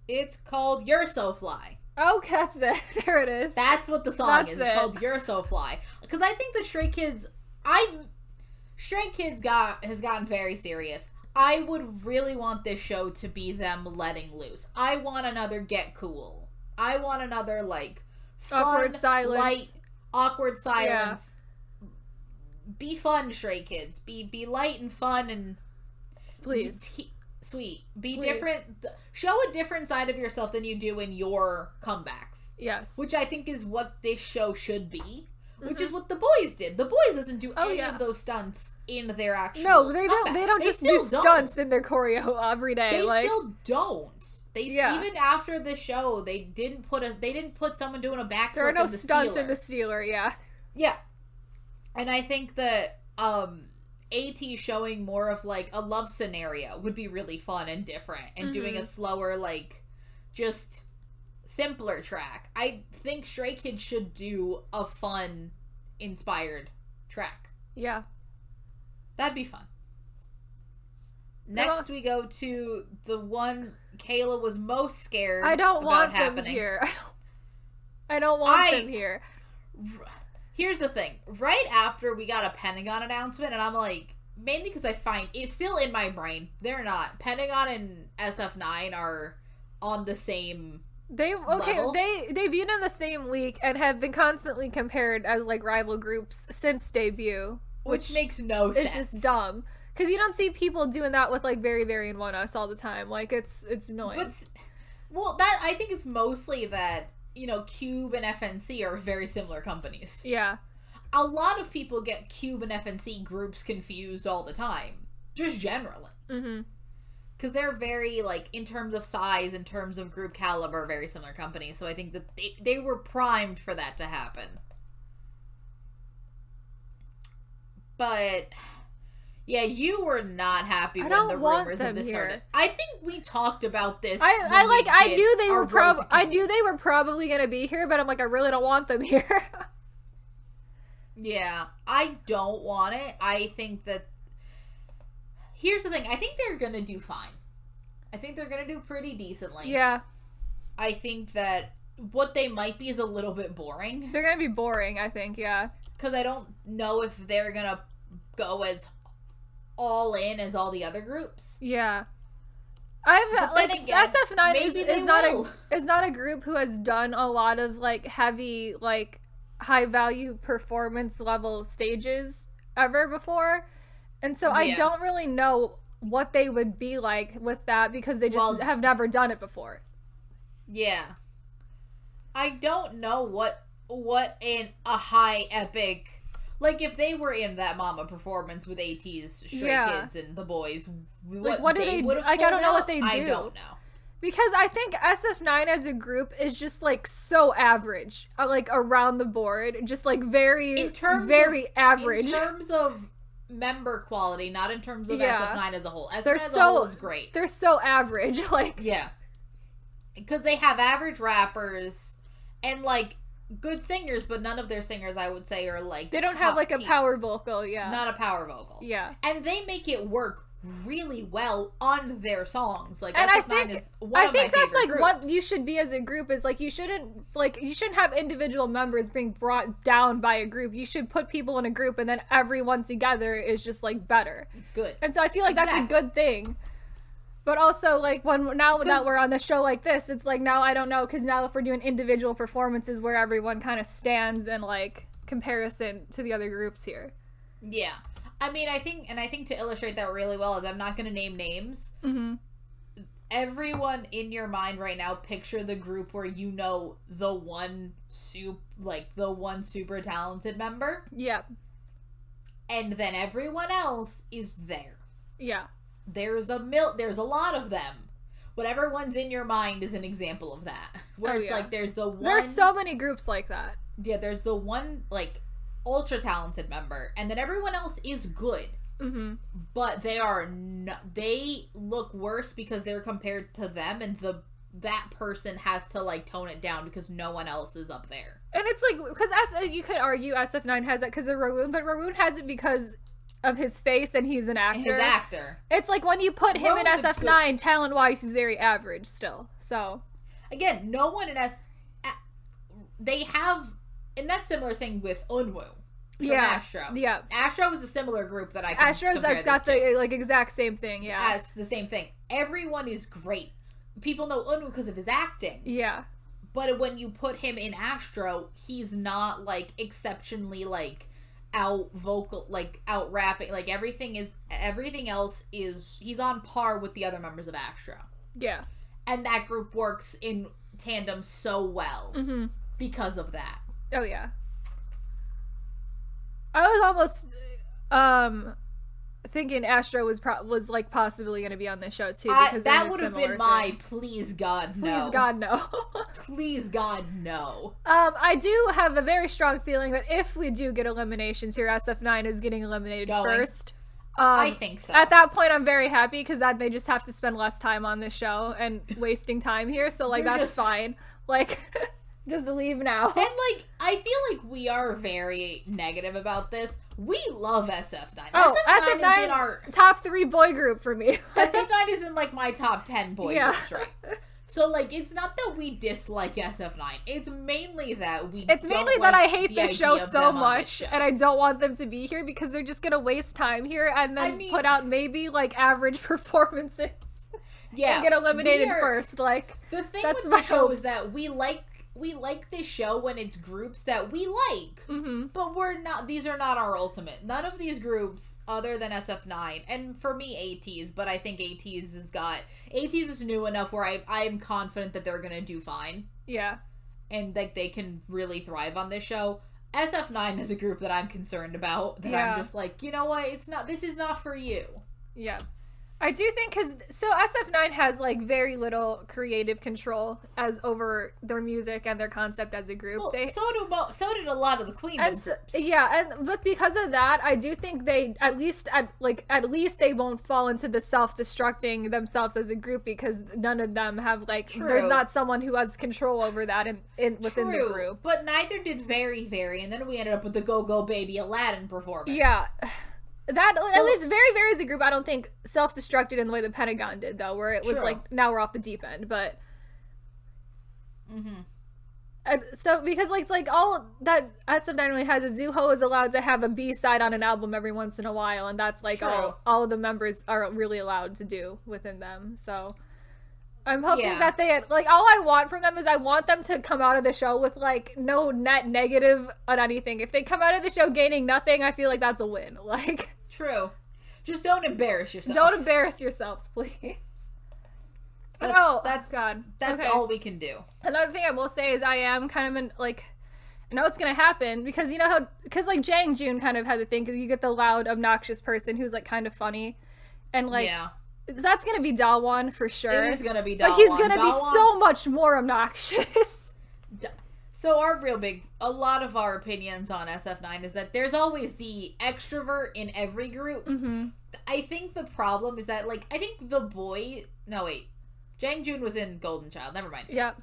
Speaker 2: It's called You're So Fly.
Speaker 1: Oh, that's it. There it is.
Speaker 2: That's what the song
Speaker 1: That's
Speaker 2: is.
Speaker 1: it.
Speaker 2: It's called "You're So Fly." Because I think the Stray Kids, I Stray Kids got has gotten very serious. I would really want this show to be them letting loose. I want another Get Cool. I want another like fun,
Speaker 1: Awkward silence.
Speaker 2: light, awkward silence. Be fun, Stray Kids. Be be light and fun and
Speaker 1: Please.
Speaker 2: be t- sweet. Be
Speaker 1: Please.
Speaker 2: different. th- Show a different side of yourself than you do in your comebacks
Speaker 1: Yes.
Speaker 2: which I think is what this show should be, which is what the boys did. The boys doesn't do
Speaker 1: Mm-hmm. Oh,
Speaker 2: any
Speaker 1: yeah.
Speaker 2: of those stunts in their actual.
Speaker 1: no, they don't. They
Speaker 2: comebacks.
Speaker 1: don't just do
Speaker 2: still
Speaker 1: stunts in their choreo every day.
Speaker 2: They
Speaker 1: like
Speaker 2: still don't. They s-
Speaker 1: Yeah.
Speaker 2: even after the show, they didn't put a. They didn't put someone doing a backflip.
Speaker 1: there are no
Speaker 2: in the
Speaker 1: stunts in
Speaker 2: Steeler.
Speaker 1: the Steeler. Yeah.
Speaker 2: Yeah. And I think that um AT showing more of like a love scenario would be really fun and different and doing a
Speaker 1: Mhm.
Speaker 2: slower like just simpler track. I think Stray Kids should do a fun inspired track.
Speaker 1: Yeah.
Speaker 2: That'd be fun. Next
Speaker 1: else?
Speaker 2: we go to the one Kayla was most scared
Speaker 1: I don't
Speaker 2: about
Speaker 1: want them
Speaker 2: happening.
Speaker 1: here. I don't- I don't want
Speaker 2: I-
Speaker 1: them here.
Speaker 2: R- Here's the thing. Right after we got a Pentagon announcement, and I'm like, mainly because I find it's still in my brain. They're not. Pentagon and SF9 are on the same.
Speaker 1: They okay.
Speaker 2: level.
Speaker 1: They debuted in the same week and have been constantly compared as like rival groups since debut,
Speaker 2: Which,
Speaker 1: which,
Speaker 2: makes no
Speaker 1: is
Speaker 2: sense.
Speaker 1: just dumb. Because you don't see people doing that with like very very and one us all the time. Like it's it's annoying.
Speaker 2: But, s- well, that I think it's mostly that, you know, Cube and FNC are very similar companies.
Speaker 1: yeah,
Speaker 2: A lot of people get Cube and FNC groups confused all the time, just generally.
Speaker 1: hmm
Speaker 2: because they're very like in terms of size in terms of group caliber very similar companies so i think that they, they were primed for that to happen but yeah, you were not happy
Speaker 1: I
Speaker 2: when
Speaker 1: don't
Speaker 2: the
Speaker 1: want
Speaker 2: rumors
Speaker 1: them
Speaker 2: of this
Speaker 1: here.
Speaker 2: started. I think we talked about this.
Speaker 1: I,
Speaker 2: when
Speaker 1: I
Speaker 2: we
Speaker 1: like I
Speaker 2: did
Speaker 1: knew they
Speaker 2: our
Speaker 1: were
Speaker 2: road
Speaker 1: prob
Speaker 2: to
Speaker 1: I
Speaker 2: Kingdom.
Speaker 1: knew they were probably gonna be here, but I'm like I really don't want them here.
Speaker 2: Yeah, I don't want it. I think that here's the thing. I think they're gonna do fine. I think they're gonna do pretty decently.
Speaker 1: yeah,
Speaker 2: I think that what they might be is a little bit boring.
Speaker 1: they're gonna be boring. I think. Yeah.
Speaker 2: because I don't know if they're gonna go as all in as all the other groups.
Speaker 1: Yeah. I've
Speaker 2: But
Speaker 1: like
Speaker 2: then
Speaker 1: s-
Speaker 2: again,
Speaker 1: SF9 is,
Speaker 2: Maybe they
Speaker 1: is not
Speaker 2: will.
Speaker 1: a is not a group who has done a lot of like heavy like high value performance level stages ever before. And so I
Speaker 2: Yeah.
Speaker 1: don't really know what they would be like with that because they just
Speaker 2: Well-
Speaker 1: have never done it before.
Speaker 2: Yeah, I don't know what what in a high epic like if they were in that mama performance with ATs, stray
Speaker 1: Yeah.
Speaker 2: kids, and the boys.
Speaker 1: what do they do?
Speaker 2: would've
Speaker 1: Like, I don't
Speaker 2: pulled
Speaker 1: know what
Speaker 2: out,
Speaker 1: they
Speaker 2: I
Speaker 1: do.
Speaker 2: don't know.
Speaker 1: Because I think SF9 as a group is just like so average, uh, like around the board, just like very
Speaker 2: In terms of-
Speaker 1: very average.
Speaker 2: In terms of member quality, not in terms of
Speaker 1: Yeah.
Speaker 2: SF9 as a whole. SF9
Speaker 1: They're
Speaker 2: as a
Speaker 1: so-
Speaker 2: whole is great.
Speaker 1: They're so average like
Speaker 2: Yeah. Because they have average rappers and like good singers, but none of their singers, I would say, are like.
Speaker 1: They don't
Speaker 2: top
Speaker 1: have like a
Speaker 2: tier.
Speaker 1: power vocal, yeah.
Speaker 2: Not a power vocal.
Speaker 1: yeah.
Speaker 2: And they make it work really well on their songs. Like,
Speaker 1: And I
Speaker 2: SF9
Speaker 1: think-
Speaker 2: is one
Speaker 1: I
Speaker 2: of my
Speaker 1: think that's like
Speaker 2: favorite
Speaker 1: what
Speaker 2: groups.
Speaker 1: you should be as a group is like you shouldn't like you shouldn't have individual members being brought down by a group. You should put people in a group and then everyone together is just like better.
Speaker 2: Good.
Speaker 1: And so I feel like that's a
Speaker 2: Exactly.
Speaker 1: good thing. But also like when now that
Speaker 2: 'Cause-
Speaker 1: we're on the show like this, it's like now I don't know cuz now if we're doing individual performances where everyone kind of stands in like comparison to the other groups here.
Speaker 2: Yeah. I mean, I think, and I think to illustrate that really well is I'm not going to name names.
Speaker 1: Mhm.
Speaker 2: Everyone in your mind right now, picture the group where you know the one soup, like the one super talented member.
Speaker 1: Yeah.
Speaker 2: and then everyone else is there.
Speaker 1: Yeah.
Speaker 2: There's a mil- there's a lot of them. Whatever one's in your mind is an example of that. Where
Speaker 1: Oh,
Speaker 2: it's
Speaker 1: yeah.
Speaker 2: like there's the one
Speaker 1: There's so many groups like that.
Speaker 2: yeah, there's the one like ultra talented member and then everyone else is good, Mm-hmm.
Speaker 1: Mhm.
Speaker 2: but they are no- they look worse because they're compared to them and the that person has to like tone it down because no one else is up there.
Speaker 1: And it's like because S- uh, you could argue SF9 has it because of Rawoon, but Rawoon has it because of his face and he's an actor.
Speaker 2: His actor.
Speaker 1: It's like when you put him in
Speaker 2: Rawoon's a good-
Speaker 1: SF9, talent wise, he's very average still. So
Speaker 2: Again, no one in S they have and that's similar thing with Unwu. From
Speaker 1: yeah,
Speaker 2: Astro.
Speaker 1: yeah.
Speaker 2: Astro was a similar group that I can
Speaker 1: Astros
Speaker 2: Oh. compare
Speaker 1: that's got
Speaker 2: this to.
Speaker 1: the like exact same thing. Yeah,
Speaker 2: As the same thing. Everyone is great. People know Unwu because of his acting,
Speaker 1: yeah,
Speaker 2: but when you put him in Astro, he's not like exceptionally like out vocal, like out rapping. Like everything is everything else is he's on par with the other members of Astro,
Speaker 1: yeah.
Speaker 2: and that group works in tandem so well
Speaker 1: hmm
Speaker 2: because of that.
Speaker 1: Oh yeah. I was almost um thinking Astro was pro- was like possibly going to be on this show too
Speaker 2: I-
Speaker 1: because of
Speaker 2: that
Speaker 1: a
Speaker 2: would have
Speaker 1: similar
Speaker 2: been my
Speaker 1: thing.
Speaker 2: please God no,
Speaker 1: Please God no.
Speaker 2: please God no.
Speaker 1: Um, I do have a very strong feeling that if we do get eliminations here, SF9 is getting eliminated
Speaker 2: Going.
Speaker 1: first. Um,
Speaker 2: I think so.
Speaker 1: At that point, I'm very happy because they just have to spend less time on this show and wasting time here. So like
Speaker 2: You're
Speaker 1: that's
Speaker 2: just-
Speaker 1: fine. Like, just leave now.
Speaker 2: And like, I feel like we are very negative about this. We love SF9.
Speaker 1: Oh,
Speaker 2: SF9, is
Speaker 1: SF9
Speaker 2: in our
Speaker 1: Top three boy group for me.
Speaker 2: SF9 is in like my top ten boy
Speaker 1: Yeah.
Speaker 2: groups, right? So like, it's not that we dislike SF9. It's mainly that we.
Speaker 1: It's
Speaker 2: don't
Speaker 1: mainly that I
Speaker 2: like
Speaker 1: hate
Speaker 2: the
Speaker 1: this
Speaker 2: idea
Speaker 1: show
Speaker 2: of
Speaker 1: so
Speaker 2: them on this
Speaker 1: much,
Speaker 2: show.
Speaker 1: and I don't want them to be here because they're just gonna waste time here and then
Speaker 2: I mean-
Speaker 1: put out maybe like average performances
Speaker 2: yeah,
Speaker 1: and get eliminated
Speaker 2: we are-
Speaker 1: first. Like,
Speaker 2: The thing
Speaker 1: That's
Speaker 2: with
Speaker 1: my
Speaker 2: the show
Speaker 1: hopes.
Speaker 2: is that we like we like this show when it's groups that we like.
Speaker 1: mm-hmm.
Speaker 2: But we're not. These are not our ultimate. None of these groups, other than SF9, and for me, ATs. But I think ATs has got ATs is new enough where I I am confident that they're gonna do fine
Speaker 1: yeah.
Speaker 2: and like they can really thrive on this show. SF9 is a group that I'm concerned about. That
Speaker 1: Yeah.
Speaker 2: I'm just like, you know what? It's not. This is not for you.
Speaker 1: Yeah. I do think because so SF9 has like very little creative control as over their music and their concept as a group.
Speaker 2: Well,
Speaker 1: they
Speaker 2: so do mo- so did a lot of the Queen
Speaker 1: and s-
Speaker 2: groups.
Speaker 1: yeah, and but because of that, I do think they at least at like at least they won't fall into the self-destructing themselves as a group because none of them have like there's
Speaker 2: True.
Speaker 1: not someone who has control over that in, in within
Speaker 2: True,
Speaker 1: the group.
Speaker 2: but neither did Very Very, and then we ended up with the Go Go Baby Aladdin performance.
Speaker 1: Yeah. That at
Speaker 2: So-
Speaker 1: least very very as a group I don't think self-destructed in the way the Pentagon did though where it was
Speaker 2: True.
Speaker 1: like now we're off the deep end but
Speaker 2: hmm
Speaker 1: And so because like it's like all that SF9 really has is Zuho is allowed to have a B side on an album every once in a while, and that's like
Speaker 2: True.
Speaker 1: all all the members are really allowed to do within them. So I'm hoping
Speaker 2: Yeah.
Speaker 1: that they like all I want from them is I want them to come out of the show with like no net negative on anything. If they come out of the show gaining nothing, I feel like that's a win. Like
Speaker 2: True. Just don't embarrass yourself.
Speaker 1: don't embarrass yourselves, please. And,
Speaker 2: That's-
Speaker 1: oh
Speaker 2: that-
Speaker 1: God,
Speaker 2: That's
Speaker 1: Okay.
Speaker 2: all we can do.
Speaker 1: another thing I will say is I am kind of in like I know it's gonna happen because you know how because like Jang Jun kind of had the thing because you get the loud obnoxious person who's like kind of funny and like
Speaker 2: yeah,
Speaker 1: that's gonna be Dawan for sure.
Speaker 2: it is gonna be.
Speaker 1: but he's
Speaker 2: Dawan.
Speaker 1: gonna
Speaker 2: Dawan-
Speaker 1: be so much more obnoxious.
Speaker 2: So our real big, a lot of our opinions on SF9 is that there's always the extrovert in every group.
Speaker 1: mm-hmm.
Speaker 2: I think the problem is that like I think the boy. No wait, Jang Jun was in Golden Child. Never mind.
Speaker 1: Yep.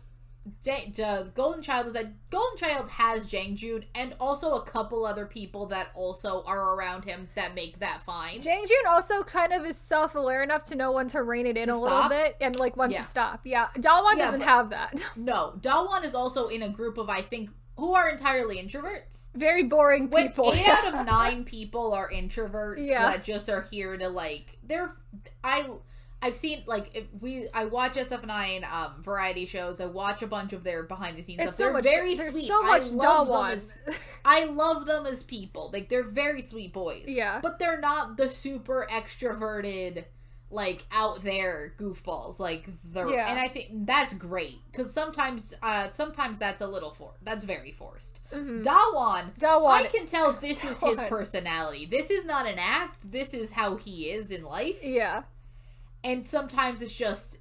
Speaker 2: J- uh, Golden Child is that Golden Child has Jang Jun and also a couple other people that also are around him that make that fine.
Speaker 1: Jang Jun also kind of is self aware enough to know when to rein it in
Speaker 2: To
Speaker 1: a little
Speaker 2: stop?
Speaker 1: bit and like when
Speaker 2: Yeah.
Speaker 1: to stop. Yeah. Dawan
Speaker 2: Yeah,
Speaker 1: doesn't
Speaker 2: but-
Speaker 1: have that.
Speaker 2: No, Dawan is also in a group of I think who are entirely introverts.
Speaker 1: Very boring
Speaker 2: When
Speaker 1: people.
Speaker 2: eight out of nine people are introverts
Speaker 1: Yeah.
Speaker 2: that just are here to like they're I I've seen like if we I watch SF9 um variety shows. I watch a bunch of their behind the scenes
Speaker 1: it's
Speaker 2: stuff.
Speaker 1: so
Speaker 2: they're
Speaker 1: much
Speaker 2: very
Speaker 1: there's
Speaker 2: sweet.
Speaker 1: so much
Speaker 2: I love
Speaker 1: Dawan.
Speaker 2: them as I love them as people. Like they're very sweet boys.
Speaker 1: yeah.
Speaker 2: But they're not the super extroverted, like out there goofballs. Like the
Speaker 1: Yeah.
Speaker 2: and I think that's great because sometimes, uh, sometimes that's a little for that's very forced.
Speaker 1: Mhm.
Speaker 2: Dawan,
Speaker 1: Dawan
Speaker 2: I can tell this is his
Speaker 1: Dawan.
Speaker 2: personality. This is not an act. This is how he is in life.
Speaker 1: Yeah.
Speaker 2: And sometimes it's just,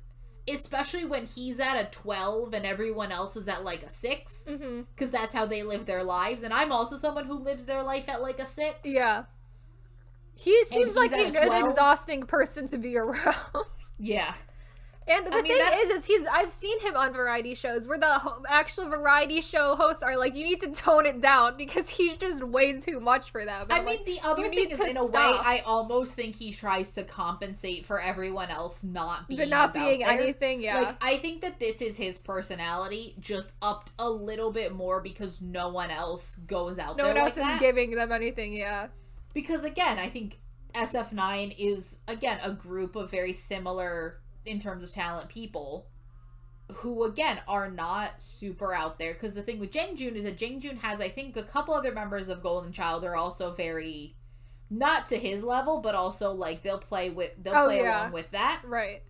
Speaker 2: especially when he's at a twelve and everyone else is at like a six
Speaker 1: hmm
Speaker 2: because that's how they live their lives. And I'm also someone who lives their life at like a six.
Speaker 1: Yeah. He seems
Speaker 2: he's
Speaker 1: like
Speaker 2: at
Speaker 1: a good
Speaker 2: 12?
Speaker 1: exhausting person to be around.
Speaker 2: Yeah.
Speaker 1: And the
Speaker 2: I mean,
Speaker 1: thing
Speaker 2: that-
Speaker 1: is, is he's I've seen him on variety shows where the ho- actual variety show hosts are like, you need to tone it down because he's just way too much for them. And
Speaker 2: I
Speaker 1: I'm like,
Speaker 2: mean, the other
Speaker 1: you
Speaker 2: thing
Speaker 1: need
Speaker 2: is,
Speaker 1: to
Speaker 2: in a way,
Speaker 1: stop.
Speaker 2: I almost think he tries to compensate for everyone else not being
Speaker 1: but not
Speaker 2: as out
Speaker 1: being
Speaker 2: there.
Speaker 1: anything, yeah.
Speaker 2: Like, I think that this is his personality just upped a little bit more because no one else goes out
Speaker 1: no
Speaker 2: there
Speaker 1: one else
Speaker 2: like
Speaker 1: is
Speaker 2: that.
Speaker 1: giving them anything, yeah.
Speaker 2: because again, I think SF9 is again a group of very similar in terms of talent people who again are not super out there because the thing with Jang Jun is that Jang Jun has I think a couple other members of Golden Child are also very not to his level but also like they'll play with they'll
Speaker 1: Oh,
Speaker 2: play
Speaker 1: yeah.
Speaker 2: along with that
Speaker 1: Right.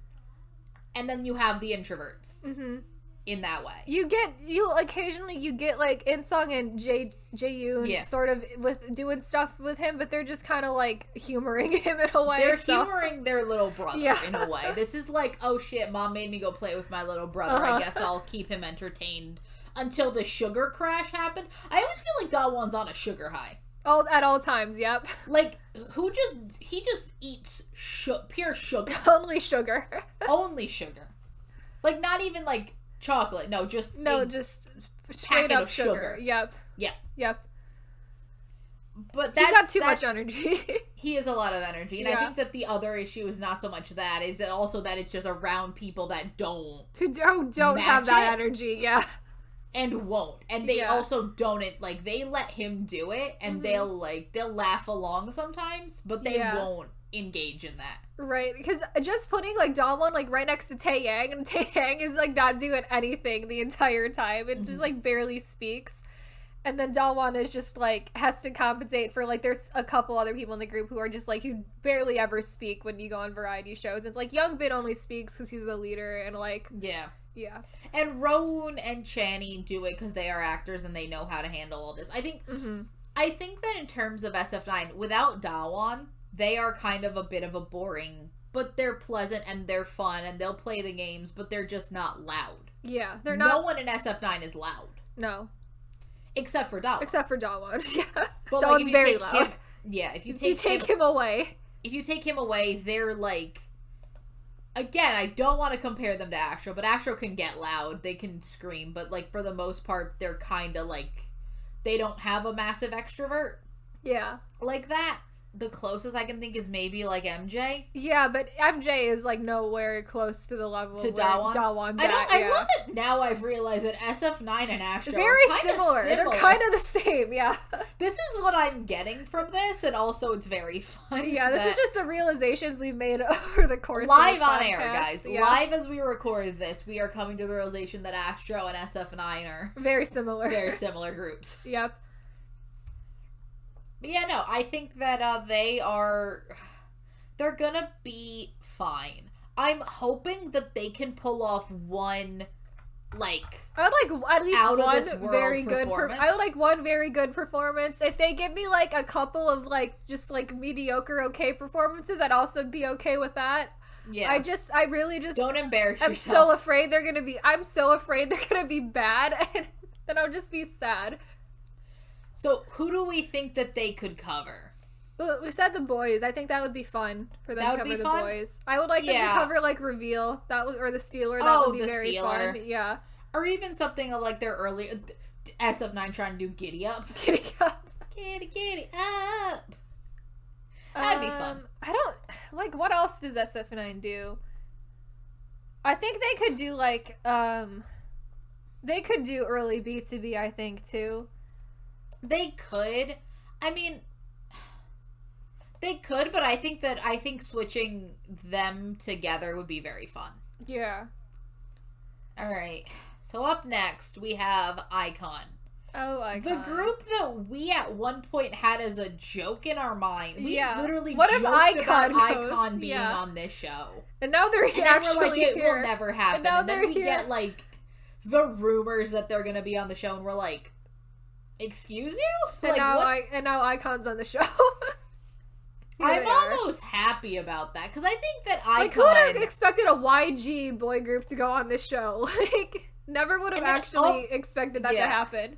Speaker 2: and then you have the introverts
Speaker 1: hmm
Speaker 2: in that way
Speaker 1: You get you occasionally you get like Insung and J Jaeyoon
Speaker 2: Yeah.
Speaker 1: sort of with doing stuff with him, but they're just kind of like humoring him in a way.
Speaker 2: they're
Speaker 1: so-
Speaker 2: humoring their little brother
Speaker 1: Yeah.
Speaker 2: in a way this is like oh shit mom made me go play with my little brother
Speaker 1: Uh-huh.
Speaker 2: I guess I'll keep him entertained until the sugar crash happened I always feel like Dawan's on a sugar high
Speaker 1: all at all times. Yep.
Speaker 2: Like who just he just eats su- pure sugar,
Speaker 1: Only sugar.
Speaker 2: only sugar. Like not even like chocolate. No, just
Speaker 1: No,
Speaker 2: a-
Speaker 1: just straight
Speaker 2: packet
Speaker 1: up
Speaker 2: of
Speaker 1: sugar.
Speaker 2: sugar.
Speaker 1: Yep.
Speaker 2: Yeah.
Speaker 1: Yep.
Speaker 2: but
Speaker 1: He's
Speaker 2: that's
Speaker 1: got too much
Speaker 2: that's-
Speaker 1: energy.
Speaker 2: He has a lot of energy, and I
Speaker 1: Yeah.
Speaker 2: think that the other issue is not so much that is that also that it's just around people that don't
Speaker 1: Who don't don't have
Speaker 2: Match
Speaker 1: that
Speaker 2: it?
Speaker 1: energy? Yeah.
Speaker 2: and won't, and they
Speaker 1: Yeah.
Speaker 2: also don't it like they let him do it, and
Speaker 1: Mhm.
Speaker 2: they'll like they'll laugh along sometimes, but they
Speaker 1: Yeah.
Speaker 2: won't engage in that.
Speaker 1: Right. Because just putting like Dawn like right next to Tae Yang, and Tae Yang is like not doing anything the entire time. It
Speaker 2: Mhm.
Speaker 1: just like barely speaks. And then Dawn is just like has to compensate for like there's a couple other people in the group who are just like who barely ever speak when you go on variety shows. It's like Young Bin only speaks because he's the leader and like
Speaker 2: Yeah.
Speaker 1: yeah.
Speaker 2: And Rowan and Channy do it because they are actors and they know how to handle all this. I think
Speaker 1: Mm-hmm.
Speaker 2: I think that in terms of SF9, without Dawan, they are kind of a bit of a boring but they're pleasant and they're fun and they'll play the games, but they're just not loud.
Speaker 1: Yeah, they're
Speaker 2: No
Speaker 1: not.
Speaker 2: one in SF9 is loud
Speaker 1: No,
Speaker 2: except for Dawn.
Speaker 1: except for Dawn. yeah,
Speaker 2: but
Speaker 1: Dawn's very
Speaker 2: take
Speaker 1: loud.
Speaker 2: Him, yeah, if you
Speaker 1: if
Speaker 2: take,
Speaker 1: you take
Speaker 2: him,
Speaker 1: him away.
Speaker 2: if you take him away, they're like. Again, I don't want to compare them to Astro, but Astro can get loud. They can scream, but like for the most part, they're kind of like they don't have a massive extrovert
Speaker 1: Yeah,
Speaker 2: like that. The closest I can think is maybe like MJ.
Speaker 1: yeah, but MJ is like nowhere close to the level
Speaker 2: To
Speaker 1: where
Speaker 2: Dawn?
Speaker 1: Dawan's
Speaker 2: I
Speaker 1: at,
Speaker 2: don't. I
Speaker 1: yeah.
Speaker 2: love it now. I've realized that SF9 and Astro
Speaker 1: Very
Speaker 2: are kinda
Speaker 1: similar. They're kind of the same. Yeah,
Speaker 2: This is what I'm getting from this, and also it's very fun.
Speaker 1: yeah. This
Speaker 2: that-
Speaker 1: is just the realizations we've made over the course. of
Speaker 2: live
Speaker 1: this
Speaker 2: on air,
Speaker 1: podcast.
Speaker 2: guys.
Speaker 1: Yeah.
Speaker 2: Live as we record this, we are coming to the realization that Astro and SF9 are
Speaker 1: Very similar.
Speaker 2: very similar groups.
Speaker 1: Yep.
Speaker 2: But yeah, no, I think that uh, they are. They're gonna be fine. I'm hoping that they can pull off one, like.
Speaker 1: I would like at least
Speaker 2: Out of
Speaker 1: one
Speaker 2: this world
Speaker 1: very good. Per- I
Speaker 2: performance.
Speaker 1: would like one very good performance. If they give me like a couple of like just like mediocre okay performances, I'd also be okay with that.
Speaker 2: Yeah.
Speaker 1: I just, I really just,
Speaker 2: Don't embarrass
Speaker 1: I'm
Speaker 2: yourself.
Speaker 1: so afraid they're gonna be. I'm so afraid they're gonna be bad, and then I'll just be sad.
Speaker 2: So, who do we think that they could cover?
Speaker 1: But we said the boys. I think that would be fun for them to
Speaker 2: That would
Speaker 1: cover
Speaker 2: be
Speaker 1: the
Speaker 2: fun.
Speaker 1: boys. I would like them to
Speaker 2: Yeah.
Speaker 1: cover like reveal that would, or the Steeler. That
Speaker 2: Oh,
Speaker 1: would be
Speaker 2: the
Speaker 1: very
Speaker 2: Stealer.
Speaker 1: fun. Yeah,
Speaker 2: Or even something like their earlier. SF9 trying to do giddy up.
Speaker 1: getting up.
Speaker 2: Giddy, giddy up! That'd be fun.
Speaker 1: Um, I don't like what else does SF9 do? I think they could do like um they could do early B2B I think too.
Speaker 2: They could. I mean, they could, but I think that I think switching them together would be very fun.
Speaker 1: Yeah.
Speaker 2: All right. So up next we have Icon.
Speaker 1: Oh, I
Speaker 2: The group that we at one point had as a joke in our mind. We
Speaker 1: Yeah.
Speaker 2: literally
Speaker 1: What if
Speaker 2: joked about
Speaker 1: Icon goes?
Speaker 2: Icon being
Speaker 1: Yeah.
Speaker 2: on this show.
Speaker 1: And now they're
Speaker 2: And then
Speaker 1: actually
Speaker 2: we're like, it
Speaker 1: here.
Speaker 2: will never happen. And,
Speaker 1: now
Speaker 2: then
Speaker 1: they're
Speaker 2: we
Speaker 1: here.
Speaker 2: get like the rumors that they're gonna be on the show, and we're like, "Excuse you?"
Speaker 1: and
Speaker 2: like,
Speaker 1: now
Speaker 2: what's-
Speaker 1: I and now Icon's on the show. Here
Speaker 2: I'm
Speaker 1: they are.
Speaker 2: almost happy about that because I think that
Speaker 1: like who would have
Speaker 2: Icon.
Speaker 1: expected a YG boy group to go on this show? Like never would have
Speaker 2: And then,
Speaker 1: actually
Speaker 2: oh,
Speaker 1: expected that
Speaker 2: yeah.
Speaker 1: to happen.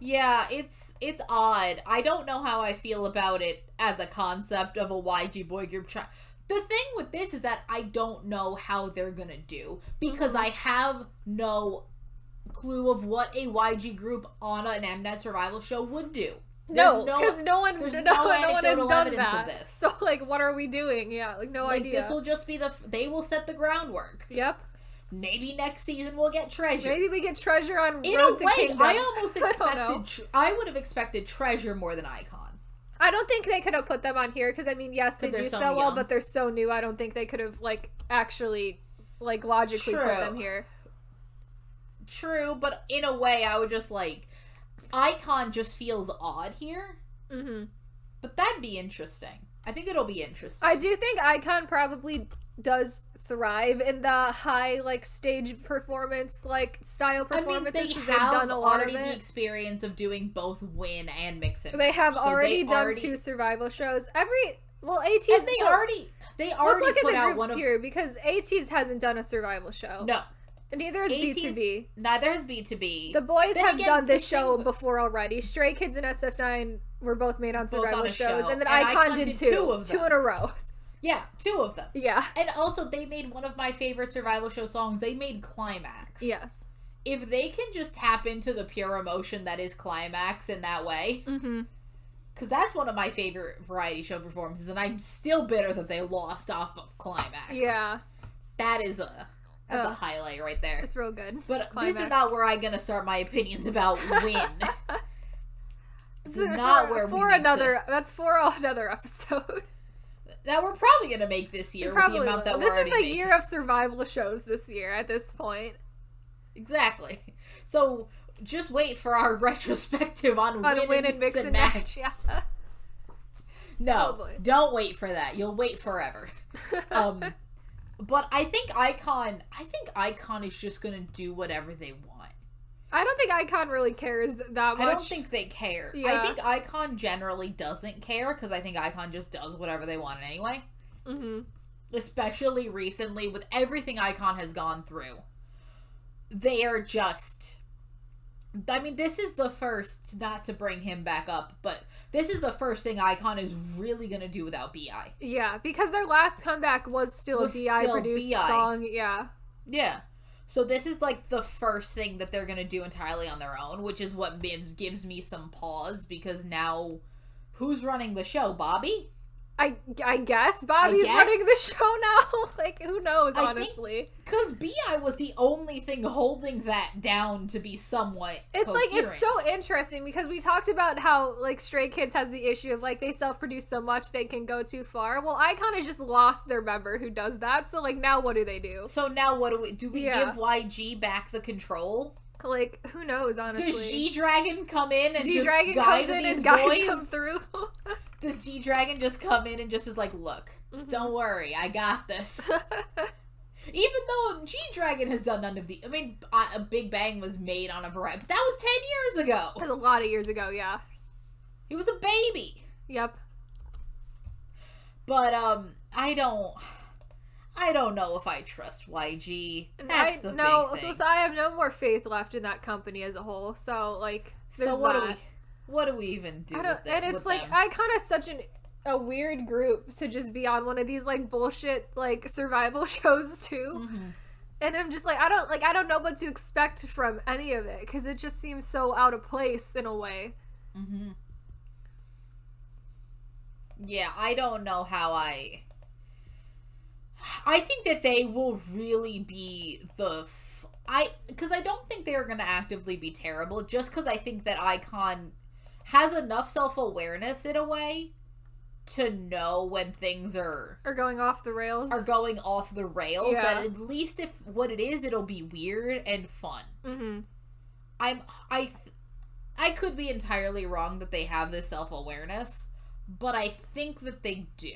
Speaker 2: yeah, it's it's odd. I don't know how I feel about it as a concept of a YG boy group. Try- the thing with this is that I don't know how they're gonna do because
Speaker 1: Mhm.
Speaker 2: I have no clue of what a YG group on an Mnet survival show would do.
Speaker 1: No,
Speaker 2: There's no-
Speaker 1: because no one's
Speaker 2: there's
Speaker 1: no,
Speaker 2: no
Speaker 1: no one has
Speaker 2: anecdotal
Speaker 1: done
Speaker 2: evidence of
Speaker 1: that.
Speaker 2: this.
Speaker 1: So like, what are we doing? Yeah, like no
Speaker 2: like
Speaker 1: idea.
Speaker 2: this will just be the f- they will set the groundwork.
Speaker 1: Yep.
Speaker 2: Maybe next season we'll get treasure.
Speaker 1: Maybe we get treasure on
Speaker 2: In a
Speaker 1: Road to
Speaker 2: way,
Speaker 1: Kingdom.
Speaker 2: I
Speaker 1: I,
Speaker 2: almost
Speaker 1: don't
Speaker 2: expected.
Speaker 1: know.
Speaker 2: tr- I would have expected treasure more than icon.
Speaker 1: don't think they could have put them on here because I mean, yes, they
Speaker 2: 'Cause they're
Speaker 1: do
Speaker 2: so
Speaker 1: so, well,
Speaker 2: young.
Speaker 1: but they're so new. I don't think they could have like actually like logically
Speaker 2: True.
Speaker 1: put them here.
Speaker 2: True, but in a way, I would just like icon just feels odd here.
Speaker 1: hmm
Speaker 2: But that'd be interesting. I think it'll be interesting.
Speaker 1: I do think Icon probably does thrive in the high like stage performance like style
Speaker 2: I mean,
Speaker 1: performances
Speaker 2: they
Speaker 1: because
Speaker 2: have
Speaker 1: they've done a lot of
Speaker 2: already the
Speaker 1: it.
Speaker 2: experience of doing both win and mix and
Speaker 1: They have
Speaker 2: match, so they
Speaker 1: already done
Speaker 2: already-
Speaker 1: two survival shows. Every well, AT's
Speaker 2: And they
Speaker 1: so-
Speaker 2: already they
Speaker 1: Let's
Speaker 2: already
Speaker 1: look at
Speaker 2: put
Speaker 1: the
Speaker 2: out one
Speaker 1: groups
Speaker 2: of
Speaker 1: here because AT's hasn't done a survival show.
Speaker 2: no.
Speaker 1: And neither has
Speaker 2: AT's
Speaker 1: B2B.
Speaker 2: Neither has B two B.
Speaker 1: The boys
Speaker 2: Then
Speaker 1: have
Speaker 2: again,
Speaker 1: done this
Speaker 2: the thing
Speaker 1: show
Speaker 2: with-
Speaker 1: before already. Stray Kids and SF9 were both made on
Speaker 2: Both on
Speaker 1: survival
Speaker 2: a
Speaker 1: shows,
Speaker 2: show,
Speaker 1: and then
Speaker 2: and
Speaker 1: Icon,
Speaker 2: Icon
Speaker 1: did,
Speaker 2: did
Speaker 1: two,
Speaker 2: two of
Speaker 1: two
Speaker 2: them.
Speaker 1: in a row.
Speaker 2: Yeah, two of them.
Speaker 1: yeah.
Speaker 2: And also, they made one of my favorite survival show songs. They made climax.
Speaker 1: Yes.
Speaker 2: if they can just tap into the pure emotion that is climax in that way
Speaker 1: Mm-hmm.
Speaker 2: because that's one of my favorite variety show performances and i'm still bitter that they lost off of climax
Speaker 1: Yeah,
Speaker 2: that is a that's a
Speaker 1: Ugh.
Speaker 2: highlight right there
Speaker 1: it's real good.
Speaker 2: but these are
Speaker 1: Climax.
Speaker 2: not where i'm gonna start my opinions about win this is not
Speaker 1: for,
Speaker 2: where we
Speaker 1: for
Speaker 2: need
Speaker 1: another. That's for another episode.
Speaker 2: to, that we're probably gonna make this year with the
Speaker 1: Probably.
Speaker 2: amount
Speaker 1: will.
Speaker 2: that we're
Speaker 1: this is
Speaker 2: already
Speaker 1: the
Speaker 2: making.
Speaker 1: year of survival shows this year. At this point,
Speaker 2: exactly so just wait for our retrospective on,
Speaker 1: on
Speaker 2: win,
Speaker 1: win and mix and match. Yeah.
Speaker 2: No,
Speaker 1: Probably.
Speaker 2: don't wait for that. You'll wait forever. um, but I think Icon. I think Icon is just gonna do whatever they want.
Speaker 1: I don't think Icon really cares that much.
Speaker 2: I don't think they care.
Speaker 1: Yeah.
Speaker 2: I think Icon generally doesn't care because I think Icon just does whatever they want anyway.
Speaker 1: hmm
Speaker 2: especially recently with everything Icon has gone through. They are just. I mean, this is the first, not to bring him back up, but this is the first thing Icon is really going to do without BI.
Speaker 1: Yeah, because their last comeback was still
Speaker 2: Was
Speaker 1: a BI
Speaker 2: still
Speaker 1: produced
Speaker 2: BI.
Speaker 1: song. Yeah.
Speaker 2: Yeah. So this is like the first thing that they're going to do entirely on their own, which is what gives, gives me some pause because now who's running the show? Bobby?
Speaker 1: I, I guess Bobby's
Speaker 2: guess.
Speaker 1: running the show now. like, who knows,
Speaker 2: I think-
Speaker 1: honestly.
Speaker 2: Because BI was the only thing holding that down to be somewhat.
Speaker 1: It's like it's so
Speaker 2: coherent.
Speaker 1: interesting because we talked about how like Stray Kids has the issue of like they self-produce so much they can go too far. Well, Icon has just lost their member who does that. So like now what do they do?
Speaker 2: So now what do we do we
Speaker 1: Yeah.
Speaker 2: give YG back the control?
Speaker 1: Like who knows
Speaker 2: Does
Speaker 1: honestly.
Speaker 2: G Dragon come in and
Speaker 1: G Dragon
Speaker 2: just
Speaker 1: comes
Speaker 2: guide
Speaker 1: in
Speaker 2: these
Speaker 1: and guides
Speaker 2: boys?
Speaker 1: them through.
Speaker 2: Does G Dragon just come in and just is like, look,
Speaker 1: Mhm.
Speaker 2: don't worry, I got this. Even though G Dragon has done none of the, I mean, uh, a Big Bang was made on a variety, but that was ten years ago.
Speaker 1: That was a lot of years ago, yeah.
Speaker 2: He was a baby.
Speaker 1: Yep.
Speaker 2: But um, I don't, I don't know if I trust YG.
Speaker 1: And
Speaker 2: That's
Speaker 1: I
Speaker 2: the
Speaker 1: no,
Speaker 2: big
Speaker 1: so,
Speaker 2: thing.
Speaker 1: so I have no more faith left in that company as a whole. So like
Speaker 2: So
Speaker 1: there's
Speaker 2: what
Speaker 1: that.
Speaker 2: do we, what do we even do?
Speaker 1: I don't,
Speaker 2: with it,
Speaker 1: and it's
Speaker 2: with
Speaker 1: like
Speaker 2: them?
Speaker 1: I kind of such an a weird group to just be on one of these like bullshit like survival shows too.
Speaker 2: Mhm.
Speaker 1: And I'm just like I don't like I don't know what to expect from any of it because it just seems so out of place in a way.
Speaker 2: Mm-hmm. Yeah, I don't know how I. I think that they will really be the. F- I because I don't think they are going to actively be terrible. Just because I think that Icon has enough self awareness in a way to know when things are
Speaker 1: Or going off the rails.
Speaker 2: are going off the rails. That
Speaker 1: Yeah.
Speaker 2: at least if what it is, it'll be weird and fun.
Speaker 1: hmm
Speaker 2: I'm I th- I could be entirely wrong that they have this self-awareness, but I think that they do.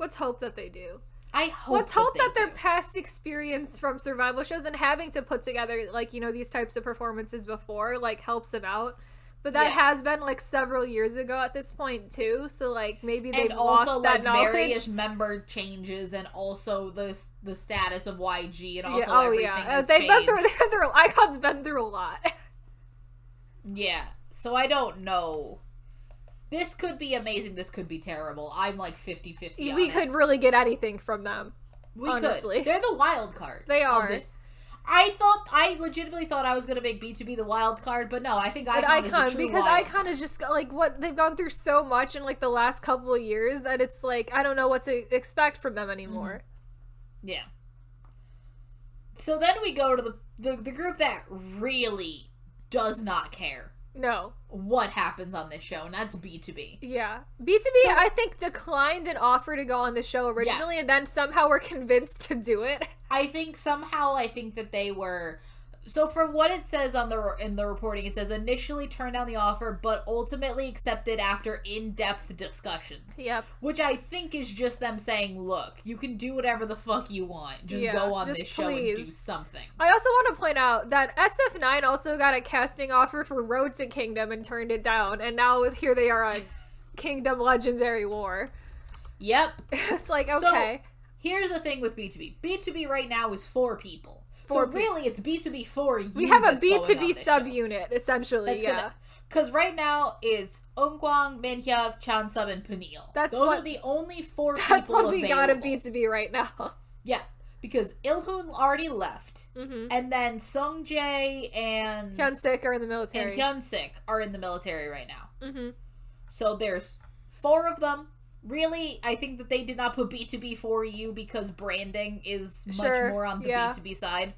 Speaker 1: Let's hope that they do.
Speaker 2: I hope
Speaker 1: Let's hope
Speaker 2: they
Speaker 1: that, their
Speaker 2: do.
Speaker 1: past experience from survival shows and having to put together like you know these types of performances before like helps them out. But that
Speaker 2: Yeah.
Speaker 1: has been like several years ago at this point too. So like maybe they've
Speaker 2: and also
Speaker 1: lost that
Speaker 2: like
Speaker 1: knowledge.
Speaker 2: various member changes and also the the status of YG and also
Speaker 1: yeah, oh
Speaker 2: everything
Speaker 1: yeah, Uh,
Speaker 2: has
Speaker 1: they've been
Speaker 2: changed.
Speaker 1: through. They've been through. Icon's been through a lot.
Speaker 2: Yeah. So I don't know. This could be amazing, this could be terrible. I'm like 50-50 on
Speaker 1: we
Speaker 2: it.
Speaker 1: could really get anything from them.
Speaker 2: We
Speaker 1: Honestly.
Speaker 2: could. They're the wild card.
Speaker 1: They
Speaker 2: of
Speaker 1: are.
Speaker 2: this. I thought I legitimately thought I was gonna make B2B the wild card, but no, I think Icon,
Speaker 1: But Icon,
Speaker 2: is the true
Speaker 1: because
Speaker 2: wild
Speaker 1: Icon is just like what they've gone through so much in like the last couple of years that it's like I don't know what to expect from them anymore.
Speaker 2: Yeah. So then we go to the, the the group that really does not care
Speaker 1: No,
Speaker 2: what happens on this show, and that's B2B.
Speaker 1: yeah, B two B
Speaker 2: So-
Speaker 1: I think declined an offer to go on the show originally,
Speaker 2: Yes.
Speaker 1: and then somehow were convinced to do it.
Speaker 2: I think somehow I think that they were so from what it says on the in the reporting it says initially turned down the offer but ultimately accepted after in-depth discussions.
Speaker 1: Yep,
Speaker 2: Which I think is just them saying, "Look, you can do whatever the fuck you want. Just
Speaker 1: Yeah,
Speaker 2: go on
Speaker 1: just
Speaker 2: this show and do
Speaker 1: please."
Speaker 2: something."
Speaker 1: I also want to point out that SF9 also got a casting offer for Road to Kingdom and turned it down, and now here they are on Kingdom Legendary War.
Speaker 2: Yep.
Speaker 1: it's like,
Speaker 2: So-
Speaker 1: okay.
Speaker 2: Here's the thing with B2B. B2B right now is four people.
Speaker 1: Four people.
Speaker 2: so really, it's B2B for you.
Speaker 1: we have a
Speaker 2: that's going on
Speaker 1: B2B
Speaker 2: this show.
Speaker 1: subunit, essentially,
Speaker 2: That's
Speaker 1: yeah.
Speaker 2: gonna- Because right now it's Eunkwang, Minhyuk, Chansub, and Panil.
Speaker 1: That's
Speaker 2: Those
Speaker 1: what-
Speaker 2: are the only four
Speaker 1: That's
Speaker 2: people
Speaker 1: what we got of
Speaker 2: available.
Speaker 1: B2B right now.
Speaker 2: Yeah, because Ilhoon already left,
Speaker 1: Mm-hmm.
Speaker 2: and then Sungjae and
Speaker 1: Hyunsik are in the
Speaker 2: and
Speaker 1: military.
Speaker 2: Hyunsik are in the military right now.
Speaker 1: hmm
Speaker 2: So there's four of them. Really, I think that they did not put B2B for you because branding is much
Speaker 1: Sure,
Speaker 2: more on the
Speaker 1: yeah.
Speaker 2: B2B side.